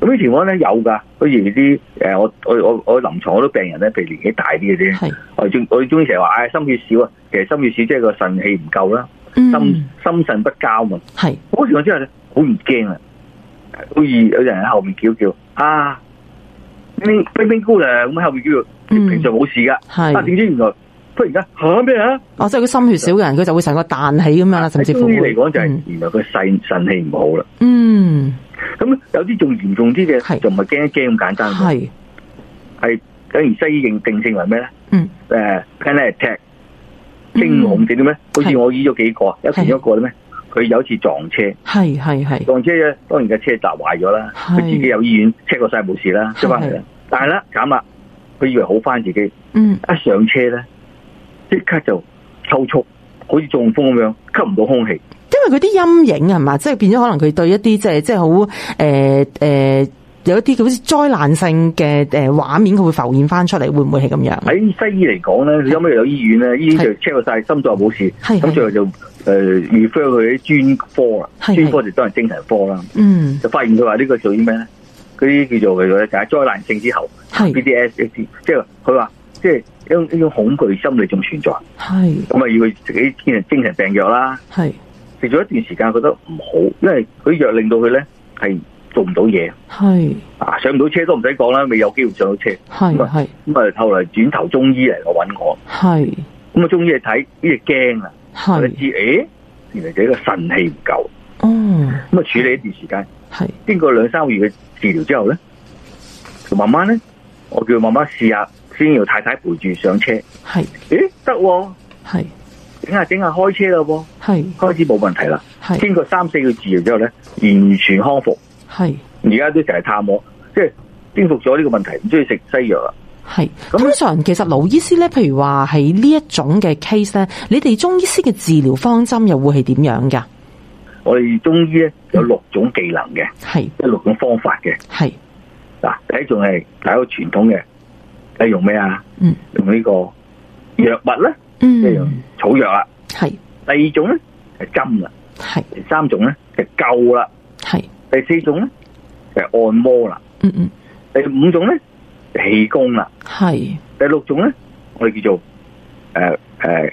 Speaker 2: 咁呢情況咧有㗎，好似啲誒我我我我臨床好多病人咧，譬如年紀大啲嘅啫，
Speaker 1: 係
Speaker 2: 我哋中我哋中意成日話，唉、心血少啊，其實心血少即係個腎氣唔夠啦，心
Speaker 1: 嗯
Speaker 2: 心腎不交嘛，
Speaker 1: 係
Speaker 2: 嗰個情況之下咧，好易驚啊！好易有人喺後面叫叫啊，冰冰冰姑娘咁喺後面叫叫，
Speaker 1: 嗯
Speaker 2: 平常冇事噶，
Speaker 1: 係
Speaker 2: 啊點知原來忽然間嚇咩啊？
Speaker 1: 哦，即係佢心血少嘅人，佢就會成個彈起咁樣啦，甚至乎
Speaker 2: 中醫
Speaker 1: 會
Speaker 2: 嚟講就係
Speaker 1: 嗯
Speaker 2: 原來佢腎腎氣唔好啦。
Speaker 1: 嗯
Speaker 2: 咁有啲仲嚴重啲
Speaker 1: 係
Speaker 2: 嘅，就唔係驚一驚咁簡單喎，
Speaker 1: 係
Speaker 2: 係等於西醫認定性為咩咧？
Speaker 1: 嗯
Speaker 2: 誒呃 panic attack 驚恐症啲咩？好似
Speaker 1: 係
Speaker 2: 我醫咗幾個，有其中一個咧咩？佢有一次撞車，
Speaker 1: 係係係
Speaker 2: 撞車咧，當然架車砸壞咗啦，
Speaker 1: 嗯係
Speaker 2: 佢自己有醫院 check 過晒冇事啦，
Speaker 1: 係
Speaker 2: 出翻嚟啦。但係咧慘啦，佢以為好翻自己，一
Speaker 1: 嗯
Speaker 2: 上車咧即刻就抽搐，好似中風咁樣，吸唔到空氣。
Speaker 1: 因為佢啲陰影係啊嘛，即係變咗可能佢對一啲即係即係好诶诶有一啲好似災難性嘅诶画面，佢會浮現翻出嚟，會唔會係咁啊樣？
Speaker 2: 喺西醫嚟講咧，佢後尾又有醫院咧，醫院就 check 過晒心臟冇事，
Speaker 1: 係
Speaker 2: 咁最後就誒 refer 佢啲專科啦，
Speaker 1: 係係
Speaker 2: 專科就當然精神科啦，
Speaker 1: 嗯
Speaker 2: 就發現佢話呢個屬於咩咧？嗰啲叫做佢就係災難性之後
Speaker 1: 係
Speaker 2: BDS 即係佢話即係一種一種恐懼心理仲存在。
Speaker 1: 係
Speaker 2: 咁啊要佢自己精神精神病藥啦，
Speaker 1: 係
Speaker 2: 食咗一段時間覺得唔好，因為佢藥令到佢咧係做唔到嘢
Speaker 1: 係
Speaker 2: 啊，上唔到車都唔使講啦，未有機會上到車。
Speaker 1: 係
Speaker 2: 咁啊
Speaker 1: 係
Speaker 2: 咁啊後嚟轉頭中醫嚟我揾我，
Speaker 1: 係
Speaker 2: 咁啊中醫嚟睇呢隻驚啊，佢就
Speaker 1: 係
Speaker 2: 知誒原來自己個腎氣唔夠，
Speaker 1: 哦
Speaker 2: 咁啊處理一段時間，
Speaker 1: 係
Speaker 2: 經過兩三個月嘅治療之後咧，就慢慢咧，我叫佢慢慢試下，先要太太陪住上車，
Speaker 1: 係
Speaker 2: 咦得喎，
Speaker 1: 係
Speaker 2: 整下整下開車啦喎，
Speaker 1: 係
Speaker 2: 開始冇問題啦。
Speaker 1: 係
Speaker 2: 經過三四個治療之後咧，完全康復，
Speaker 1: 係。
Speaker 2: 而家都成日探我，即係征服咗呢個問題，唔中意食西藥啦。
Speaker 1: 系，
Speaker 2: 咁
Speaker 1: 通常其實老醫師咧，譬如話係呢一種嘅 case 咧，你哋中醫師嘅治療方針又會係點樣噶？
Speaker 2: 我哋中醫咧有六種技能嘅，
Speaker 1: 係
Speaker 2: 即係六種方法嘅。
Speaker 1: 係，
Speaker 2: 嗱，第一種係大家好傳統嘅，係用咩啊？
Speaker 1: 嗯
Speaker 2: 用呢個藥物咧，即係用
Speaker 1: 嗯，
Speaker 2: 草藥啦。
Speaker 1: 係
Speaker 2: 第二種咧係針啦，
Speaker 1: 係
Speaker 2: 第三種咧係灸啦，
Speaker 1: 係，
Speaker 2: 第四種咧係按摩啦，
Speaker 1: 嗯嗯
Speaker 2: 第五種咧係氣功啦，
Speaker 1: 係
Speaker 2: 第六種咧，我哋叫做誒誒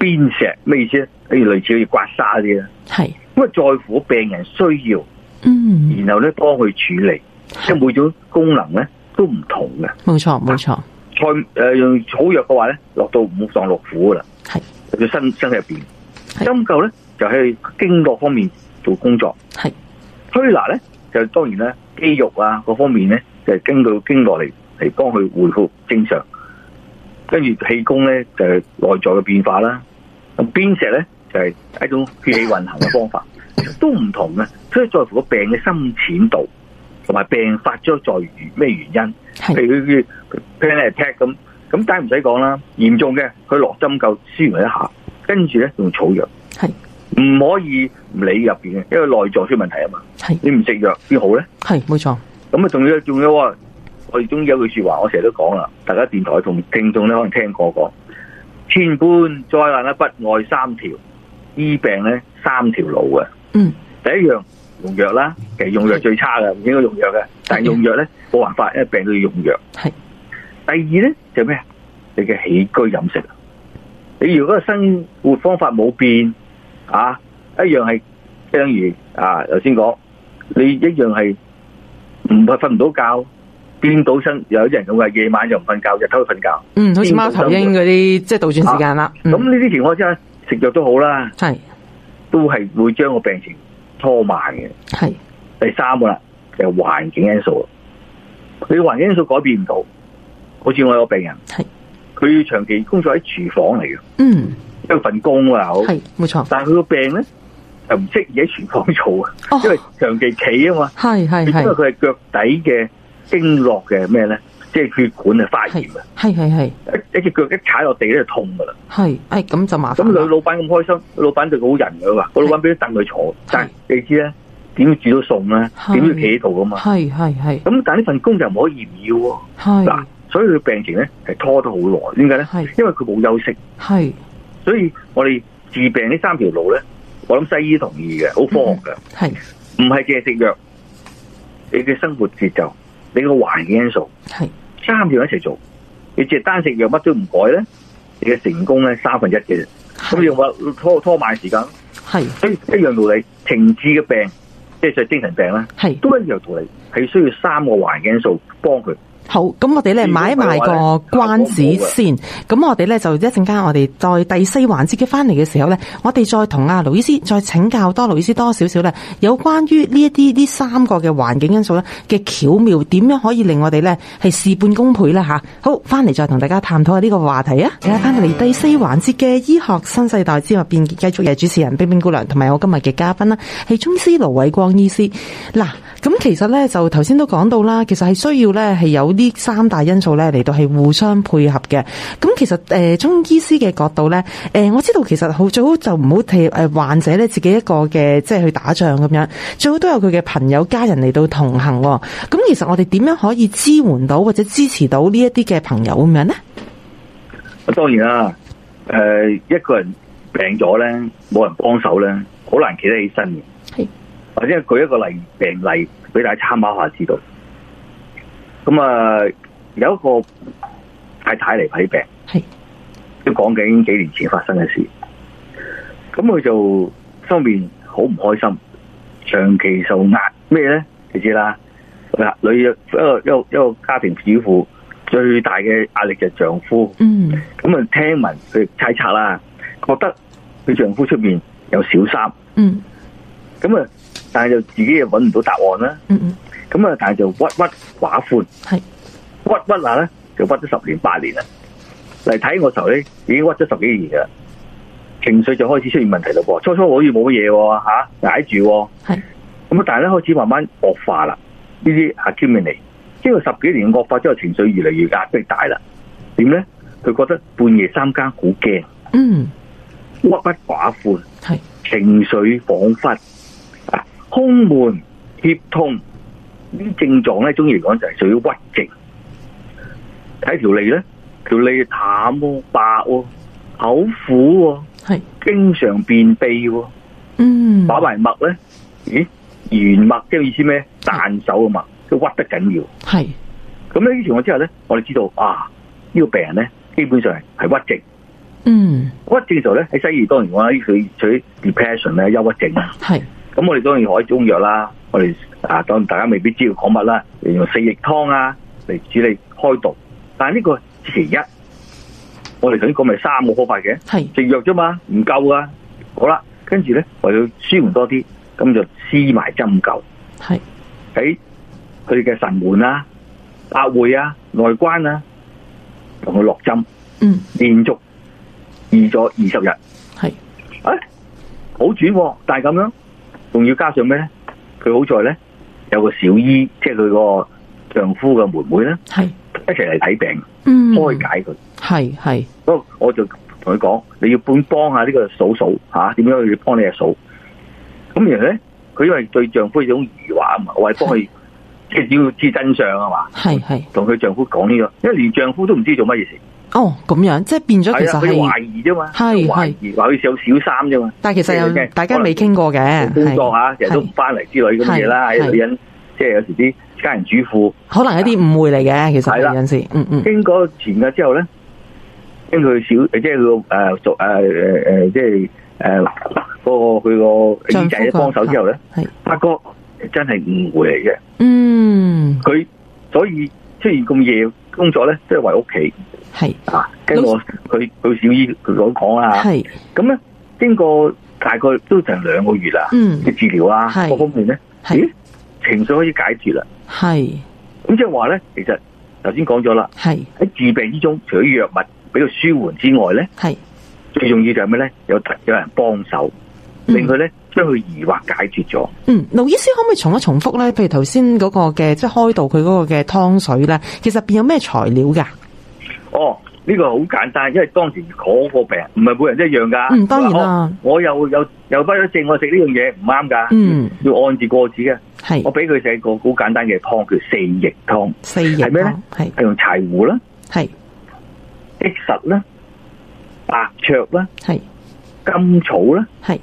Speaker 2: 邊石，咩意思咧？譬如類似好似刮痧啲啦。
Speaker 1: 係，
Speaker 2: 咁啊，在乎病人需要，
Speaker 1: 嗯，
Speaker 2: 然後咧幫佢處理，即係每種功能咧都唔同嘅。
Speaker 1: 冇錯冇錯，
Speaker 2: 菜誒、用草藥嘅話咧，落到五臟六腑噶啦，
Speaker 1: 係
Speaker 2: 入到身身體入邊。
Speaker 1: 係
Speaker 2: 針灸咧就喺經絡方面做工作，
Speaker 1: 係
Speaker 2: 推拿咧就當然咧肌肉啊各方面咧就係經到經絡嚟嚟幫佢恢復正常，跟住氣功咧就係、內在嘅變化啦。咁邊石咧就係、一種血氣運行嘅方法，都唔同嘅，所以在乎個病嘅深淺度同埋病發咗在於咩原因。譬
Speaker 1: 係
Speaker 2: 如佢佢 plan attack 咁，咁但係唔使講啦，嚴重嘅佢落針灸舒緩一下，跟住咧用草藥，
Speaker 1: 係
Speaker 2: 唔可以唔理入邊嘅，因為內臟出問題啊嘛。
Speaker 1: 係
Speaker 2: 你唔食藥邊好咧？
Speaker 1: 係冇錯，
Speaker 2: 咁啊，仲要仲要喎，我哋中意有句说話，我成日都講啦，大家電台同聽眾咧可能聽過講，千般災難咧不外三條，醫病咧三條路嘅。
Speaker 1: 嗯
Speaker 2: 第一樣用藥啦，其實用藥最差嘅，唔應該用藥嘅，但係用藥咧冇辦法，因為病都要用藥。
Speaker 1: 係
Speaker 2: 第二咧就咩啊？你嘅起居飲食，你如果個生活方法冇變啊，一樣係即係等於啊頭先講，你一樣係唔係瞓唔到覺，變到身有啲人咁嘅，夜晚就唔瞓覺，日頭去瞓覺。
Speaker 1: 嗯，好似貓頭鷹嗰啲即係倒轉時間啦，
Speaker 2: 啊咁
Speaker 1: 嗯
Speaker 2: 呢啲情況之下，食藥都好啦，
Speaker 1: 係
Speaker 2: 都係會將個病情拖慢嘅。
Speaker 1: 係
Speaker 2: 第三個啦，就係環境因素啦。你環境因素改變唔到，好似我有個病人，
Speaker 1: 係
Speaker 2: 佢長期工作喺廚房嚟嘅，
Speaker 1: 嗯
Speaker 2: 因為份工啊好，
Speaker 1: 係冇錯，
Speaker 2: 但係佢個病咧就唔適宜喺廚房做啊，
Speaker 1: 哦
Speaker 2: 因為長期企啊嘛，
Speaker 1: 係係
Speaker 2: 因為
Speaker 1: 係
Speaker 2: 佢係腳底嘅經絡嘅咩咧，即係血管啊發炎啊，
Speaker 1: 係係係
Speaker 2: 一一隻腳一踩落地咧就痛噶啦。
Speaker 1: 係，哎咁就麻
Speaker 2: 咁
Speaker 1: 煩
Speaker 2: 佢
Speaker 1: 啦，
Speaker 2: 老闆咁開心，佢老闆對佢好人㗎嘛，個老闆俾啲凳佢坐，但係你知咧點要煮到餸咧，
Speaker 1: 係
Speaker 2: 點要企喺度噶嘛。
Speaker 1: 係係係
Speaker 2: 咁但係呢份工就唔可以唔要喎。嗱
Speaker 1: 係，
Speaker 2: 所以佢病情咧係拖得好耐，點解咧
Speaker 1: 係？
Speaker 2: 因為佢冇休息，
Speaker 1: 係
Speaker 2: 所以我哋治病呢三條路咧，我諗西醫同意嘅，好科學嘅，
Speaker 1: 係
Speaker 2: 唔係淨係食藥，你嘅生活節奏，你個環境因素，
Speaker 1: 係。
Speaker 2: 三樣一齊做，你淨係單食藥乜都唔改咧，你嘅成功咧三分一嘅啫，咁你用話拖拖慢時間，
Speaker 1: 系
Speaker 2: 所以一樣道理，情志嘅病即係就係精神病啦，
Speaker 1: 係
Speaker 2: 都一樣道理，係需要三個環境因素幫佢。
Speaker 1: 好，咁我哋咧
Speaker 2: 如果
Speaker 1: 買埋個關子先，咁我哋咧就一陣間，我哋再第四環節嘅翻嚟嘅時候咧，我哋再同阿盧醫師再請教多盧醫師多少少咧，有關於呢一啲呢三個嘅環境因素咧嘅巧妙，點樣可以令我哋咧係事半功倍啦吓。好，翻嚟再同大家探討下呢個話題啊！而家翻嚟第四環節嘅醫學新世代之外，變繼續嘅主持人冰冰姑娘同埋我今日嘅嘉賓啦，係中醫師盧偉光醫師。嗱，咁其實咧就頭先都講到啦，其實係需要咧係有呢三大因素咧嚟到係互相配合嘅。咁其實誒、呃中醫師嘅角度咧，誒、我知道其實好最好就唔好替誒患者咧自己一個嘅即係去打仗咁樣，最好都有佢嘅朋友家人嚟到同行喎。咁其實我哋點樣可以支援到或者支持到呢一啲嘅朋友咁樣呢？
Speaker 2: 啊當然啦，誒、一個人病咗咧，冇人幫手咧，好難企得起身嘅。
Speaker 1: 係
Speaker 2: 或者舉一個呃例病例俾大家參考下知道。咁啊，有一個太太嚟睇病，
Speaker 1: 係
Speaker 2: 都講緊幾年前發生嘅事。咁佢就心入面好唔開心，長期受壓咩咧？你知啦，嗱，女一個一個一個家庭主婦最大嘅壓力就係丈夫。
Speaker 1: 嗯，
Speaker 2: 咁啊，聽聞佢猜測啦，覺得佢丈夫出面有小三，
Speaker 1: 嗯
Speaker 2: 咁啊，但係就自己又揾唔到答案啦，
Speaker 1: 嗯嗯，
Speaker 2: 咁啊，但係就鬱鬱寡歡，
Speaker 1: 係
Speaker 2: 鬱鬱下咧就鬱咗十年八年啦。嚟睇我時候咧，已經鬱咗十幾年噶啦，情緒就開始出現問題咯噃。初初好似冇乜嘢喎，嚇捱住喎，
Speaker 1: 係
Speaker 2: 咁啊，但係咧開始慢慢惡化啦，呢啲 accumulate，因為十幾年惡化之後，情緒越嚟越壓迫大啦。點咧？佢覺得半夜三更好驚。
Speaker 1: 嗯
Speaker 2: 郁鬱寡歡，
Speaker 1: 係
Speaker 2: 情緒恍惚，啊，胸悶、脅痛呢啲症狀咧，中醫嚟講就係屬於鬱症。睇條脷咧，條脷淡喎、白喎、口苦喎、
Speaker 1: 係
Speaker 2: 經常便秘喎、
Speaker 1: 嗯
Speaker 2: 把埋脈咧，咦，弦脈即係意思咩？彈手啊嘛，都鬱得緊要。
Speaker 1: 係
Speaker 2: 咁呢啲情況之下咧，我哋知道啊，呢、個病人咧，基本上係係鬱症。
Speaker 1: 嗯
Speaker 2: 鬱症嘅時候咧，喺西醫當然講啦，佢佢 depression 咧、憂鬱症啊。
Speaker 1: 係
Speaker 2: 咁我哋當然可以中藥啦，我哋啊當然大家未必知道講乜啦，例如用四逆湯啊嚟處理開導。但係呢個係其一，我哋頭先講咪三個方法嘅，
Speaker 1: 係
Speaker 2: 食藥啫嘛，唔夠噶。好啦，跟住咧為咗舒緩多啲，咁就施埋針灸
Speaker 1: 係
Speaker 2: 喺佢嘅神門啊、百會啊、內關啊，同佢落針，
Speaker 1: 嗯
Speaker 2: 連續醫咗二十日。
Speaker 1: 係
Speaker 2: 诶，哎好轉喎、但係咁樣，仲要加上咩咧？佢好在咧有個小姨，即係佢個丈夫嘅妹妹咧，
Speaker 1: 係
Speaker 2: 一齊嚟睇病，
Speaker 1: 嗯
Speaker 2: 開解佢。
Speaker 1: 係係
Speaker 2: 不過我就同佢講，你要半幫下呢個嫂嫂吓，點、樣去幫你阿嫂？咁然後咧，佢因為對丈夫有種疑惑啊嘛，我係 幫佢即係要知真相啊嘛，
Speaker 1: 係係
Speaker 2: 同佢丈夫講呢、個，因為連丈夫都唔知做乜嘢事，
Speaker 1: 哦咁樣，即係變咗其
Speaker 2: 係
Speaker 1: 實
Speaker 2: 啊，佢
Speaker 1: 係，
Speaker 2: 懷疑啫嘛，
Speaker 1: 係
Speaker 2: 懷疑話佢有小三啫嘛。
Speaker 1: 但係其實
Speaker 2: 即
Speaker 1: 有
Speaker 2: 係
Speaker 1: 大家未傾過嘅，
Speaker 2: 工作
Speaker 1: 嗯係
Speaker 2: 啊，成日都唔翻嚟之類咁嘅嘢啦。
Speaker 1: 係
Speaker 2: 喺女人即係有時啲家人主婦
Speaker 1: 可能一啲誤會嚟嘅，其實係
Speaker 2: 係
Speaker 1: 有
Speaker 2: 啦
Speaker 1: 陣時，嗯嗯
Speaker 2: 經過前日之後咧，經佢小即係佢個誒做誒誒誒即係誒嗰個佢個
Speaker 1: 丈夫
Speaker 2: 耳仔嘅幫手之後咧，
Speaker 1: 係
Speaker 2: 發覺真係誤會嚟嘅。
Speaker 1: 嗯
Speaker 2: 佢所以出現咁夜工作咧，都係為屋企
Speaker 1: 係
Speaker 2: 啊。跟住我佢佢小姨佢所講啦，
Speaker 1: 係
Speaker 2: 咁咧經過大概都成兩個月啦
Speaker 1: 嗯
Speaker 2: 嘅治療啊，
Speaker 1: 係
Speaker 2: 各方面咧，
Speaker 1: 係
Speaker 2: 咦情緒可以解決啦。
Speaker 1: 係
Speaker 2: 咁即係話咧，其實頭先講咗啦，
Speaker 1: 係
Speaker 2: 喺治病之中，除咗藥物俾佢舒緩之外咧，
Speaker 1: 係
Speaker 2: 最重要就係咩咧？有有人幫手，
Speaker 1: 嗯
Speaker 2: 令佢咧將佢疑惑解決咗。
Speaker 1: 嗯，盧醫師可唔可以重一重複咧？譬如頭先嗰個嘅即係開導佢嗰個嘅湯水咧，其實入邊有咩材料㗎？
Speaker 2: 哦，呢、個好簡單，因為當時嗰個病唔係每人都一樣㗎。
Speaker 1: 嗯當然啦
Speaker 2: 哦我又有有不咗症，我食呢樣嘢唔啱㗎。
Speaker 1: 嗯，
Speaker 2: 要按住個字嘅。
Speaker 1: 係
Speaker 2: 我俾佢食個好簡單嘅湯，叫四逆湯，
Speaker 1: 四型
Speaker 2: 係咩咧
Speaker 1: 湯，係
Speaker 2: 係用柴胡啦、
Speaker 1: 係
Speaker 2: 益實啦、白芍啦、
Speaker 1: 係
Speaker 2: 甘草啦。
Speaker 1: 係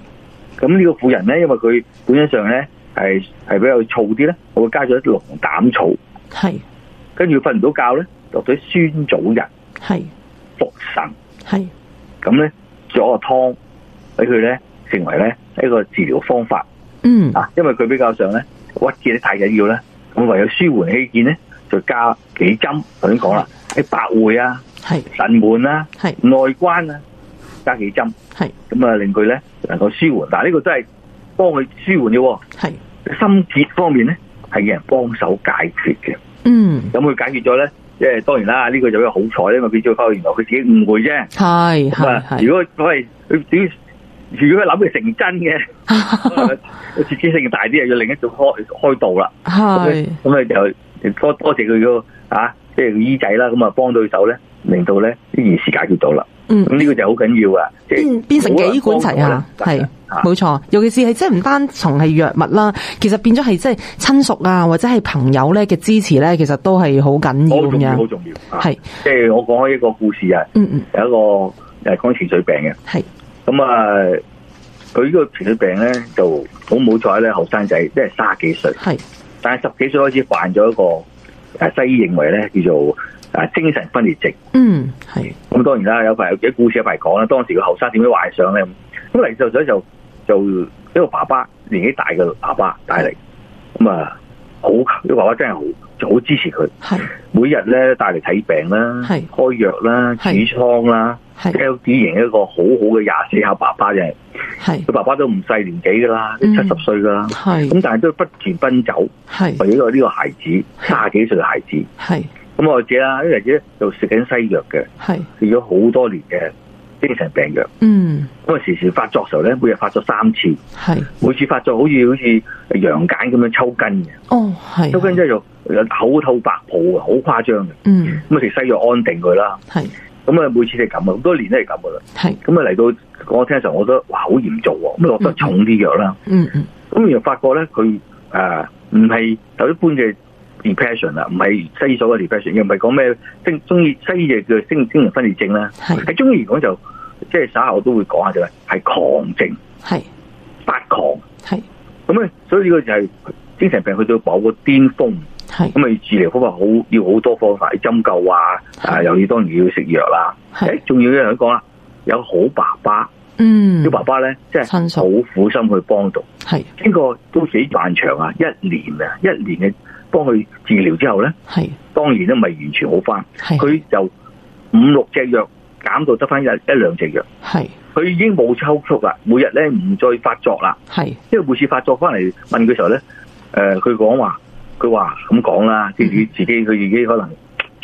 Speaker 2: 咁呢個婦人咧，因為佢本身上咧係係比較燥啲咧，我會加咗啲龍膽草，
Speaker 1: 係
Speaker 2: 跟住瞓唔到覺咧，落咗酸棗仁、
Speaker 1: 係
Speaker 2: 茯腎，
Speaker 1: 係
Speaker 2: 咁咧做一個湯俾佢咧，成為咧一個治療方法，
Speaker 1: 嗯
Speaker 2: 啊，因為佢比較上咧鬱結得太緊要咧，咁唯有舒緩起見咧，就加幾針。頭先講啦，喺百會啊、
Speaker 1: 係
Speaker 2: 神門啊、
Speaker 1: 係
Speaker 2: 內關啊，加幾針，
Speaker 1: 係
Speaker 2: 咁啊令佢咧能夠舒緩。但係呢個真係幫佢舒緩嘅喎。
Speaker 1: 係
Speaker 2: 心結方面咧係有人幫手解決嘅。
Speaker 1: 嗯
Speaker 2: 咁佢解決咗咧，即係當然啦，呢、個就比較好彩因為佢最後原來佢自己誤會啫。
Speaker 1: 係
Speaker 2: 咁
Speaker 1: 係
Speaker 2: 啊，
Speaker 1: 係
Speaker 2: 如果佢係佢只如果佢諗佢成真 嘅，可能佢自己性大啲，又要另一種開開導啦。
Speaker 1: 係
Speaker 2: 咁咁啊就多多謝佢個啊，即係姨仔啦，咁啊幫到佢手咧，令到咧呢件事解決到啦。
Speaker 1: 嗯
Speaker 2: 咁。呢個就好緊要啊，即
Speaker 1: 變
Speaker 2: 係
Speaker 1: 變成幾管齊下，係
Speaker 2: 啊
Speaker 1: 冇錯。尤其是係即係唔單從係藥物啦，其實變咗係即係親屬啊，或者係朋友咧嘅支持咧，其實都係好緊要
Speaker 2: 好
Speaker 1: 咁
Speaker 2: 重要，好
Speaker 1: 樣。
Speaker 2: 重要。啊
Speaker 1: 係，
Speaker 2: 即係我講開一個故事啊，
Speaker 1: 嗯嗯，
Speaker 2: 有一呃個誒講情緒病嘅。
Speaker 1: 係
Speaker 2: 咁啊，佢呢個情緒病咧就好唔好彩咧，後生仔即係卅幾歲，
Speaker 1: 係
Speaker 2: 但係十幾歲開始犯咗一個誒西醫認為咧叫做啊精神分裂症。
Speaker 1: 嗯係
Speaker 2: 咁當然啦，有排有啲故事有排講啦。當時佢後生點樣患上咧？咁嚟就咗就就一個爸爸年紀大嘅爸爸帶嚟，咁啊好呢個爸爸真係好就好支持佢，
Speaker 1: 係
Speaker 2: 每日咧帶嚟睇病啦、
Speaker 1: 係
Speaker 2: 開藥啦、
Speaker 1: 係
Speaker 2: 止瘡啦，即
Speaker 1: 係
Speaker 2: 係典型一個好好嘅廿四孝爸爸啫。
Speaker 1: 係
Speaker 2: 佢爸爸都唔細年紀噶啦，
Speaker 1: 嗯
Speaker 2: 七十歲噶啦，
Speaker 1: 係
Speaker 2: 咁但係都不斷奔走，
Speaker 1: 係
Speaker 2: 為咗呢個孩子卅幾歲嘅孩子。
Speaker 1: 係
Speaker 2: 咁我姐啦，呢個孩子就食緊西藥嘅，
Speaker 1: 係
Speaker 2: 食咗好多年嘅精神病藥。
Speaker 1: 嗯
Speaker 2: 咁啊時時發作時候咧，每日發作三次，
Speaker 1: 係
Speaker 2: 每次發作好似好似羊癇咁樣抽筋嘅，
Speaker 1: 哦係
Speaker 2: 抽筋之後就口吐白泡嘅，好誇張嘅。
Speaker 1: 嗯
Speaker 2: 咁啊食西藥安定佢啦。
Speaker 1: 係
Speaker 2: 咁啊每次都係咁啊，好多年都係咁噶啦。
Speaker 1: 係
Speaker 2: 咁啊嚟到我聽嘅時候，我覺得哇好嚴重喎，咁啊落得重啲藥啦。
Speaker 1: 嗯嗯
Speaker 2: 咁然後發覺咧，佢誒唔係有一般嘅 depression 啊啦，唔係西醫所謂 depression，又唔係講咩精中意西醫嘅叫精精神分裂症啦。
Speaker 1: 係
Speaker 2: 喺中醫嚟講就即係稍後我都會講下就係係狂症
Speaker 1: 係
Speaker 2: 發狂，
Speaker 1: 係
Speaker 2: 咁咧所以呢個就係精神病去到某個巔峰，
Speaker 1: 係
Speaker 2: 咁啊治療方法好要好多方法，針灸啊，啊又要當然要食藥啦。
Speaker 1: 係
Speaker 2: 誒，仲要一樣講啦，有好爸爸，
Speaker 1: 嗯
Speaker 2: 呢個爸爸咧即係
Speaker 1: 親
Speaker 2: 好
Speaker 1: 屬
Speaker 2: 苦心去幫到。
Speaker 1: 係
Speaker 2: 經過都幾漫長啊，一年啊，一年嘅幫佢治療之後咧，
Speaker 1: 係
Speaker 2: 當然都唔係完全好翻，
Speaker 1: 係
Speaker 2: 佢就五六隻藥減到得翻一一兩隻藥，
Speaker 1: 係
Speaker 2: 佢已經冇抽搐啦，每日咧唔再發作啦，
Speaker 1: 係
Speaker 2: 因為每次發作翻嚟問佢時候咧，誒、佢講話，佢話咁講啦，即係佢自己佢自己可能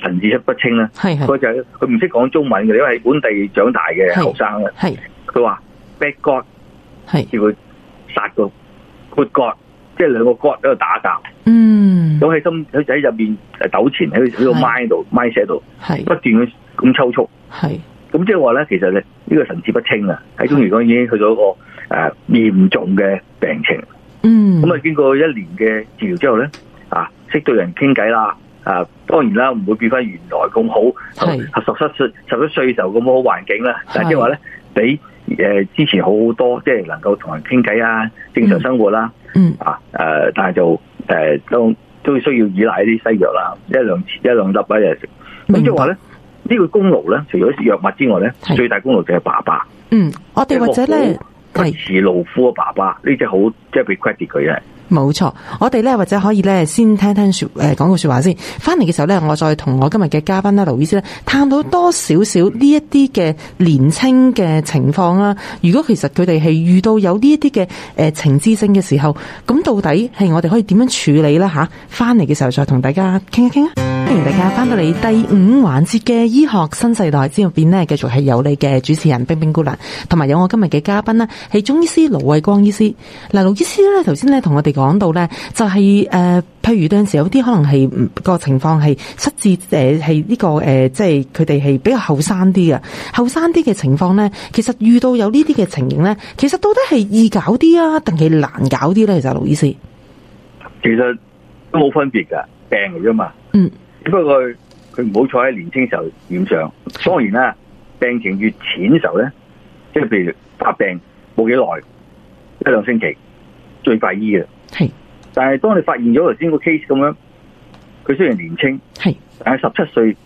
Speaker 2: 神志不清啦，
Speaker 1: 係係
Speaker 2: 佢就係佢唔識講中文嘅，因為喺本地長大嘅
Speaker 1: 哎係
Speaker 2: 後生咧，
Speaker 1: 係
Speaker 2: 佢話 bad God
Speaker 1: 係
Speaker 2: 叫佢殺個 good God，即係兩個 God 喺度打架。
Speaker 1: 嗯
Speaker 2: 咁喺心喺喺入面誒糾纏喺喺個
Speaker 1: 係
Speaker 2: mind 度 mindset 度
Speaker 1: 係
Speaker 2: 不斷咁咁抽搐，
Speaker 1: 係
Speaker 2: 咁即係話咧，其實咧呢個神志不清啊，喺中醫嚟講已經去到一個誒、呃、嚴重嘅病情。
Speaker 1: 嗯
Speaker 2: 咁啊，經過一年嘅治療之後咧，啊識到人傾偈啦，啊當然啦，唔會變翻原來咁好，
Speaker 1: 係
Speaker 2: 十十一歲十一歲時候咁好環境啦，但
Speaker 1: 係
Speaker 2: 係即係話咧比誒、呃之前好好多，即係能夠同人傾偈啊，正常生活啦。
Speaker 1: 嗯。
Speaker 2: 啊誒、呃但係就誒都都需要依賴啲西藥啦，一兩次一兩粒啊，一日食。咁即係話咧，呢、個功勞咧，除咗藥物之外咧，
Speaker 1: 係
Speaker 2: 最大功勞就係爸爸，
Speaker 1: 嗯，我哋或者
Speaker 2: 一
Speaker 1: 咧
Speaker 2: 個不
Speaker 1: 係
Speaker 2: 辭勞苦嘅啊爸爸，呢只好即係被 credit 佢啊嘅。
Speaker 1: 冇錯，我哋咧或者可以咧先聽聽說誒講句說話先，翻嚟嘅時候咧，我再同我今日嘅嘉賓啦，劉醫師咧探討多少少呢一啲嘅年青嘅情況啦。如果其實佢哋係遇到有呢一啲嘅誒情志症嘅時候，咁到底係我哋可以點樣處理啦吓？翻嚟嘅時候再同大家傾一傾啊！歡迎大家翻到嚟第五環節嘅醫學新世代之入邊呢，繼續係有你嘅主持人冰冰姑娘，同埋有我今日嘅嘉賓呢，係中醫師盧偉光醫師。嗱，盧醫師咧，頭先咧同我哋講到咧，就係、誒、譬如有陣時有啲可能係嗯個情況係失智誒，係、呢個誒、即係佢哋係比較後生啲嘅，後生啲嘅情況咧，其實遇到有呢啲嘅情形咧，其實到底係易搞啲啊，定係難搞啲咧？其實盧醫師，
Speaker 2: 其實都冇分別㗎，病嚟啫嘛。
Speaker 1: 嗯，
Speaker 2: 只不過佢佢唔好彩喺年青時候染上。當然啦，病情越淺時候咧，即係譬如發病冇幾耐，一兩星期最快醫嘅。
Speaker 1: 係
Speaker 2: 但係當你發現咗頭先個 case 咁樣，佢雖然年青，
Speaker 1: 係
Speaker 2: 但係十七歲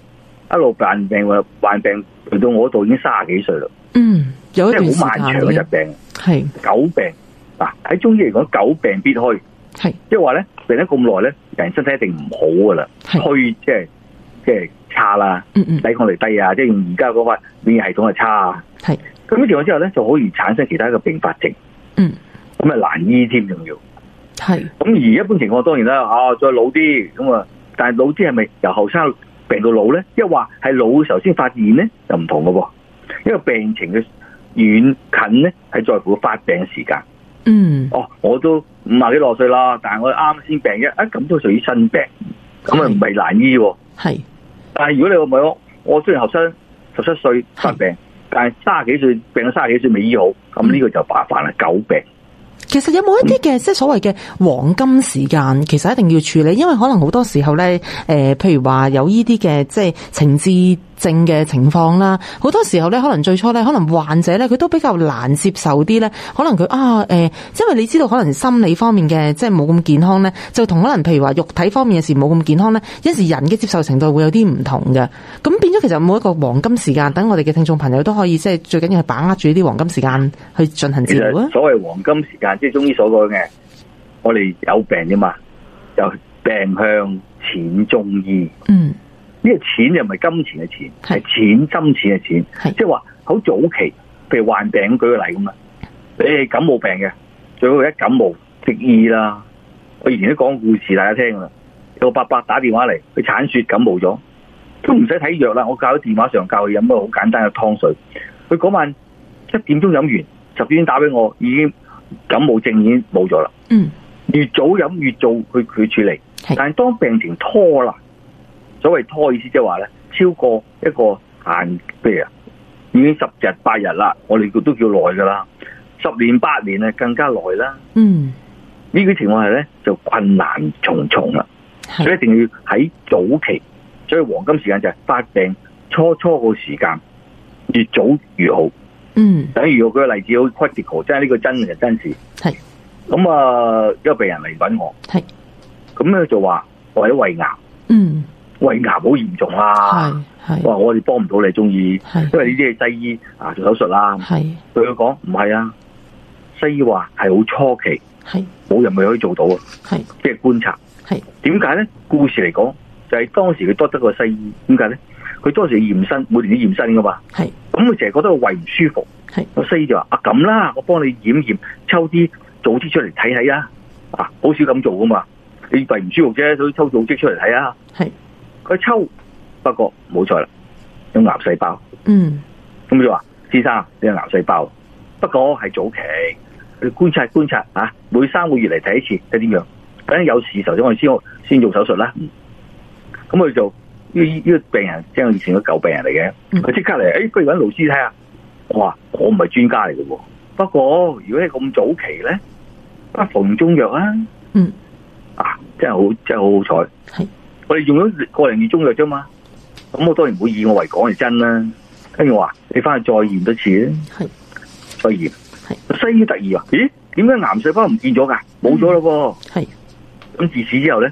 Speaker 2: 一路患病患患病，嚟到我度已經卅幾歲啦，
Speaker 1: 嗯，有
Speaker 2: 即
Speaker 1: 一段
Speaker 2: 係
Speaker 1: 時
Speaker 2: 好漫長
Speaker 1: 間
Speaker 2: 嘅
Speaker 1: 已經
Speaker 2: 疾病，
Speaker 1: 係
Speaker 2: 久病。嗱喺中醫嚟講，久病必虛，
Speaker 1: 係
Speaker 2: 即係話咧病得咁耐咧，人身體一定唔好噶啦，
Speaker 1: 係，
Speaker 2: 虛即係即係差啦，
Speaker 1: 嗯嗯，
Speaker 2: 抵抗力低啊，即係用而家嗰法免疫系統係差啊。
Speaker 1: 係，
Speaker 2: 咁呢情況之後咧，就可以產生其他嘅併發症，
Speaker 1: 嗯，
Speaker 2: 咁啊難醫添仲要。
Speaker 1: 係，
Speaker 2: 咁而一般情況當然啦，啊再老啲咁啊，但係老啲係咪由後生病到老咧？一話係老嘅時候先發現咧，就唔同嘅喎，因為病情嘅遠近咧係在乎發病時間。
Speaker 1: 嗯，
Speaker 2: 哦，我都五廿幾落歲啦，但係我啱先病啫，啊咁都屬於新病，咁啊唔係難醫喎。
Speaker 1: 係，
Speaker 2: 但係如果你話唔係我，我雖然後生十七 歲發病，但係卅幾歲病到卅幾歲未醫好，
Speaker 1: 嗯
Speaker 2: 咁呢個就麻煩啦，久病。
Speaker 1: 其實有冇一啲嘅即係所謂嘅黃金時間，其實一定要處理，因為可能好多時候咧，誒、譬如話有呢啲嘅即係情志症嘅情況啦，好多時候咧，可能最初咧，可能患者咧佢都比較難接受啲咧，可能佢啊誒、因為你知道可能心理方面嘅即係冇咁健康咧，就同可能譬如話肉體方面嘅事冇咁健康咧，有時人嘅接受程度會有啲唔同嘅，咁變咗其實有冇一個黃金時間，等我哋嘅聽眾朋友都可以即係最緊要係把握住呢啲黃金時間去進行
Speaker 2: 其
Speaker 1: 治療啊
Speaker 2: 實！所謂黃金時間，即係中醫所講嘅，我哋有病啫嘛，就病向淺中醫。
Speaker 1: 嗯，
Speaker 2: 呢個淺又唔係金錢嘅錢，
Speaker 1: 係
Speaker 2: 係淺針錢嘅錢，
Speaker 1: 係
Speaker 2: 即係話好早期，譬如患病咁舉個例咁啊，你係感冒病嘅，最好一感冒即醫啦。我以前都講故事大家聽㗎啦，啊有個伯伯打電話嚟，佢鏟雪感冒咗，都唔使睇藥啦，我教喺電話上教佢飲個好簡單嘅湯水。佢嗰晚一點鐘飲完，十點鐘打俾我，已經感冒症已經冇咗啦。
Speaker 1: 嗯，
Speaker 2: 越早飲越早去佢處理
Speaker 1: 係。
Speaker 2: 但係當病情拖啦，所謂拖意思即係話咧，超過一個限，譬如啊已經十日八日啦，我哋都叫耐噶啦，十年八年啊更加耐啦。
Speaker 1: 嗯，
Speaker 2: 呢啲情況下咧就困難重重啦，所以
Speaker 1: 係，
Speaker 2: 一定要喺早期，所以黃金時間就係發病初初個時間，越早越好。
Speaker 1: 嗯，
Speaker 2: 等於我舉個例子好 critical，真係呢個真嘅真事。
Speaker 1: 係
Speaker 2: 咁啊，一個病人嚟揾我，
Speaker 1: 係
Speaker 2: 咁咧就話我喺胃癌，
Speaker 1: 嗯，
Speaker 2: 胃癌好嚴重啦。
Speaker 1: 係係
Speaker 2: 哇！我哋幫唔到你中醫，
Speaker 1: 係
Speaker 2: 因為呢啲係西醫啊做手術啦。
Speaker 1: 係
Speaker 2: 對佢講唔係啊，西醫話係好初期，
Speaker 1: 係
Speaker 2: 冇人咪可以做到啊，
Speaker 1: 係
Speaker 2: 即係觀察。
Speaker 1: 係
Speaker 2: 點解咧？故事嚟講就係、當時佢多得個西醫，點解咧？佢當時驗身，每年都驗身噶嘛。
Speaker 1: 係
Speaker 2: 咁佢成日覺得個胃唔舒服，
Speaker 1: 係
Speaker 2: 個西醫就話啊咁啦，我幫你檢驗，抽啲組織出嚟睇睇啊，啊好少咁做噶嘛，你胃唔舒服啫，所以抽組織出嚟睇啊，
Speaker 1: 係
Speaker 2: 佢抽，不過冇錯啦，有癌細胞，
Speaker 1: 嗯
Speaker 2: 咁佢就話先生你有癌細胞，不過係早期，你觀察觀察啊，每三個月嚟睇一次，睇點樣，等有事頭先我哋先先做手術啦，咁佢就呢呢、呢個病人即係我以前個舊病人嚟嘅。
Speaker 1: 嗯
Speaker 2: 佢即刻嚟，誒、不如揾老師睇下。我話我唔係專家嚟嘅喎，不過如果你咁早期咧，不妨用中藥啊。
Speaker 1: 嗯。
Speaker 2: 啊，真係好，真係好好彩。
Speaker 1: 係
Speaker 2: 我哋用咗個零月中藥啫嘛，咁我當然唔會以我為講係真啦。跟住我話你翻去再驗多次啦，
Speaker 1: 係
Speaker 2: 再驗。西醫特異啊？咦，點解癌細胞唔見咗㗎？冇咗咯
Speaker 1: 係
Speaker 2: 喎。咁自此之後咧，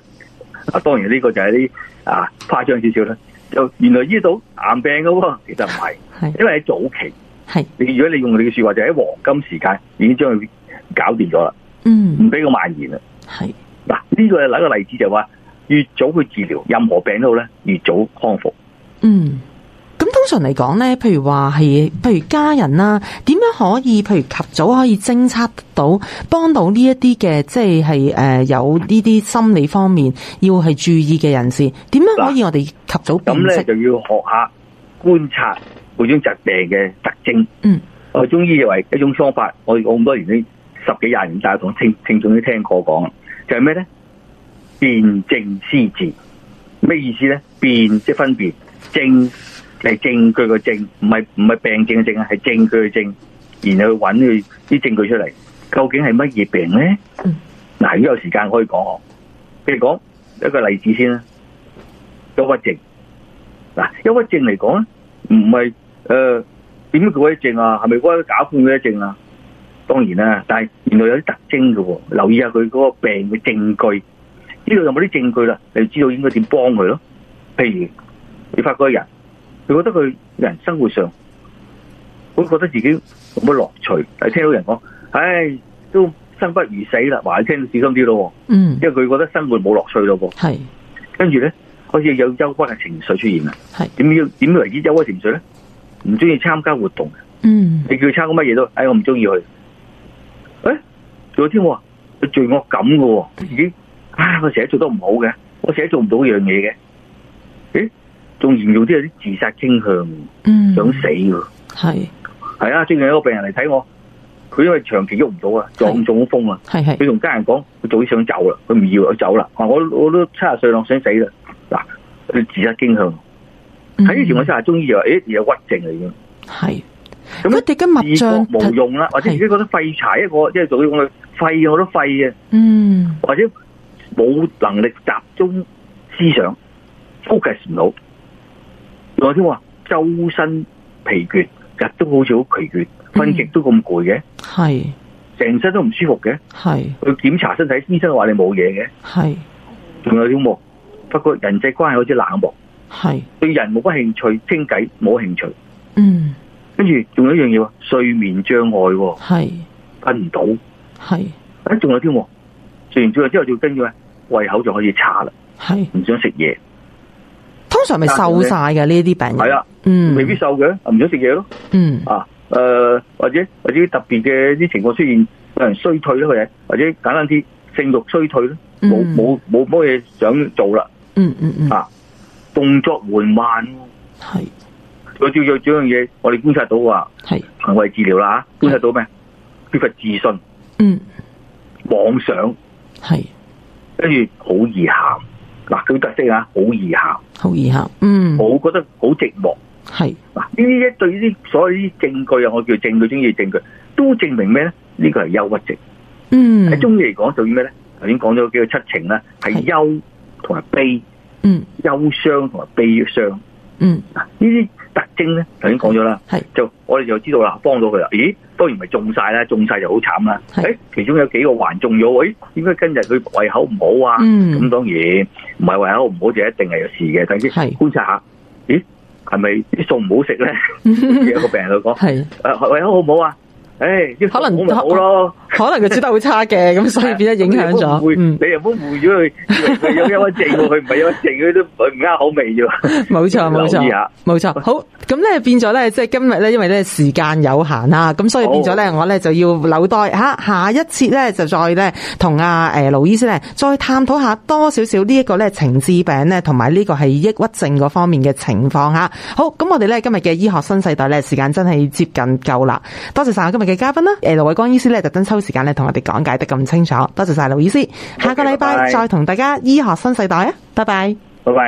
Speaker 2: 啊當然呢個就係啲啊誇張少少啦。就原來醫到癌病嘅喎，其實唔係，
Speaker 1: 係
Speaker 2: 因為喺早期。
Speaker 1: 係
Speaker 2: 你如果你用你嘅说話，就喺黃金時間已經將佢搞掂咗啦，唔
Speaker 1: 嗯
Speaker 2: 俾佢蔓延啦。
Speaker 1: 係
Speaker 2: 嗱，呢個係一個例子就係話，越早去治療任何病都好咧，越早康復。
Speaker 1: 嗯。咁通常嚟講咧，譬如話係，譬如家人啦，點樣可以，譬如及早可以偵測得到，幫到呢一啲嘅，即係係誒有呢啲心理方面要係注意嘅人士，點樣可以我哋及早辨
Speaker 2: 咁咧
Speaker 1: 識？
Speaker 2: 就要學下觀察每種疾病嘅特徵。
Speaker 1: 嗯，
Speaker 2: 我中醫認為一種方法，我我咁多年都十幾廿年，大家同聽聽眾都聽過講啦，就係咩咧？辨證施治，咩意思咧？辨即係分辨，證係證據嘅證，唔係唔係病症嘅症啊，係證據嘅證，然後去揾佢啲證據出嚟，究竟係乜嘢病咧
Speaker 1: 嗯？
Speaker 2: 嗱、如果有時間可以講我，譬如講一個例子先啦，憂鬱症。嗱，憂鬱症嚟講咧，唔係呃誒點叫憂鬱症啊？係咪嗰啲假判嘅症啊？當然啦，但係原來有啲特徵嘅喎，留意下佢嗰個病嘅證據，知道有冇啲證據啦，你就知道應該點幫佢咯。譬如你發覺個人，佢覺得佢人生活上，會覺得自己冇乜樂趣，但係聽到人講，唉，都生不如死啦，話你聽小心啲咯
Speaker 1: 嗯
Speaker 2: 喎，，因為佢覺得生活冇樂趣咯噃，
Speaker 1: 係
Speaker 2: 跟住咧開始有憂鬱嘅情緒出現啦。
Speaker 1: 係，
Speaker 2: 點要點為之憂鬱情緒咧？唔中意參加活動，
Speaker 1: 嗯
Speaker 2: 你叫佢參加乜嘢都，哎我唔中意去。誒、仲有添喎，佢罪惡感嘅喎，自己啊我成日做得唔好嘅，我成日做唔到樣嘢嘅。誒，仲嚴重啲有啲自殺傾向，
Speaker 1: 嗯，
Speaker 2: 想死喎。
Speaker 1: 係
Speaker 2: 係啊，最近有一個病人嚟睇我，佢因為長期喐唔到啊，撞中風啊，
Speaker 1: 係係
Speaker 2: 佢同家人講佢早啲想走啦，佢唔要佢走啦，我我都七十歲啦，我想死啦，嗱，佢自殺傾向。
Speaker 1: 嗯
Speaker 2: 喺以前我真係中醫就話，誒有鬱症嚟嘅，
Speaker 1: 係
Speaker 2: 咁
Speaker 1: 佢哋嘅物
Speaker 2: 自
Speaker 1: 像
Speaker 2: 覺無用啦，或者
Speaker 1: 係
Speaker 2: 自己覺得廢柴一個，即係做呢種嘅廢我都廢嘅，
Speaker 1: 嗯
Speaker 2: 或者冇能力集中思想，focus 唔到。我先話周身疲倦，日都好似好疲倦，瞓極都咁攰嘅，
Speaker 1: 係
Speaker 2: 成身都唔舒服嘅。
Speaker 1: 係
Speaker 2: 去檢查身體，醫生話你冇嘢嘅，
Speaker 1: 係
Speaker 2: 仲有啲喎。不過人際關係好似冷漠，
Speaker 1: 係
Speaker 2: 對人冇乜興趣，傾偈冇興趣。
Speaker 1: 嗯
Speaker 2: 跟住仲有一樣嘢喎，睡眠障礙喎。
Speaker 1: 係
Speaker 2: 瞓唔到，
Speaker 1: 係
Speaker 2: 誒仲有添喎，食完早藥之後就跟住咧胃口就開始差啦，
Speaker 1: 係，
Speaker 2: 唔想食嘢，
Speaker 1: 通常咪瘦晒嘅呢啲病人
Speaker 2: 係啦，
Speaker 1: 嗯
Speaker 2: 未必瘦嘅，唔想食嘢咯，
Speaker 1: 嗯
Speaker 2: 啊誒、或者或者特別嘅啲情況出現，有人衰退啦，或者或者簡單啲性慾衰退啦，冇
Speaker 1: 嗯
Speaker 2: 冇冇乜嘢想做啦，
Speaker 1: 嗯嗯嗯
Speaker 2: 啊動作緩慢喎，
Speaker 1: 係
Speaker 2: 有仲有仲有一樣嘢，我哋觀察到話
Speaker 1: 係
Speaker 2: 行為治療啦嚇，觀察到咩？缺乏自信、
Speaker 1: 嗯
Speaker 2: 妄想，
Speaker 1: 係
Speaker 2: 跟住好易喊，嗱佢特色啊，好易喊。
Speaker 1: 好易吓嗯
Speaker 2: 我覺得好寂寞。
Speaker 1: 係
Speaker 2: 嗱，呢啲一對呢啲所有呢啲證據啊，我叫證據，中醫證據，都證明咩咧？呢個係憂鬱症。
Speaker 1: 嗯
Speaker 2: 喺中醫嚟講，屬於咩咧？頭先講咗幾個七情啦，係
Speaker 1: 係
Speaker 2: 憂同埋悲、
Speaker 1: 嗯
Speaker 2: 憂傷同埋悲傷。
Speaker 1: 嗯
Speaker 2: 嗱，呢啲特徵咧，頭先講咗啦，
Speaker 1: 係
Speaker 2: 就我哋就知道啦，幫到佢啦。咦，當然唔係中晒啦，中晒就好慘啦。
Speaker 1: 係
Speaker 2: 誒，其中有幾個還中咗，誒，點解今日佢胃口唔好啊？
Speaker 1: 嗯
Speaker 2: 咁當然唔係胃口唔好就一定係有事嘅，等先
Speaker 1: 係
Speaker 2: 觀察下，咦，係咪啲餸唔好食 咧？有個病人就講，
Speaker 1: 係
Speaker 2: 誒，胃口好唔好啊？誒，啲餸
Speaker 1: 可能
Speaker 2: 好咪好咯，
Speaker 1: 可能佢煮得好差嘅，咁所以變咗影響咗
Speaker 2: 啊你又唔好誤會
Speaker 1: 嗯
Speaker 2: 你又唔好誤咗佢，以為佢有憂鬱症喎，佢唔係憂鬱症，佢都唔啱口味啫喎。
Speaker 1: 冇錯冇
Speaker 2: 留
Speaker 1: 錯
Speaker 2: 意啊下
Speaker 1: 冇錯，好咁咧變咗咧，即係今日咧，因為咧時間有限啦，咁所以
Speaker 2: 好
Speaker 1: 變咗咧，我咧就要留待吓下一節咧，就再咧同阿誒盧醫師咧再探討下多少少呢一個咧情志病咧，同埋呢個係抑鬱症嗰方面嘅情況吓。好，咁我哋咧今日嘅醫學新世代咧時間真係接近夠啦，多謝晒我今日嘅嘉賓啦，誒盧偉光醫師咧特登抽時間咧同我哋講解得咁清楚，多謝晒盧醫師，下個禮
Speaker 2: 拜
Speaker 1: 拜
Speaker 2: 拜
Speaker 1: 再同大家醫學新世代啊，拜拜。
Speaker 2: 拜拜。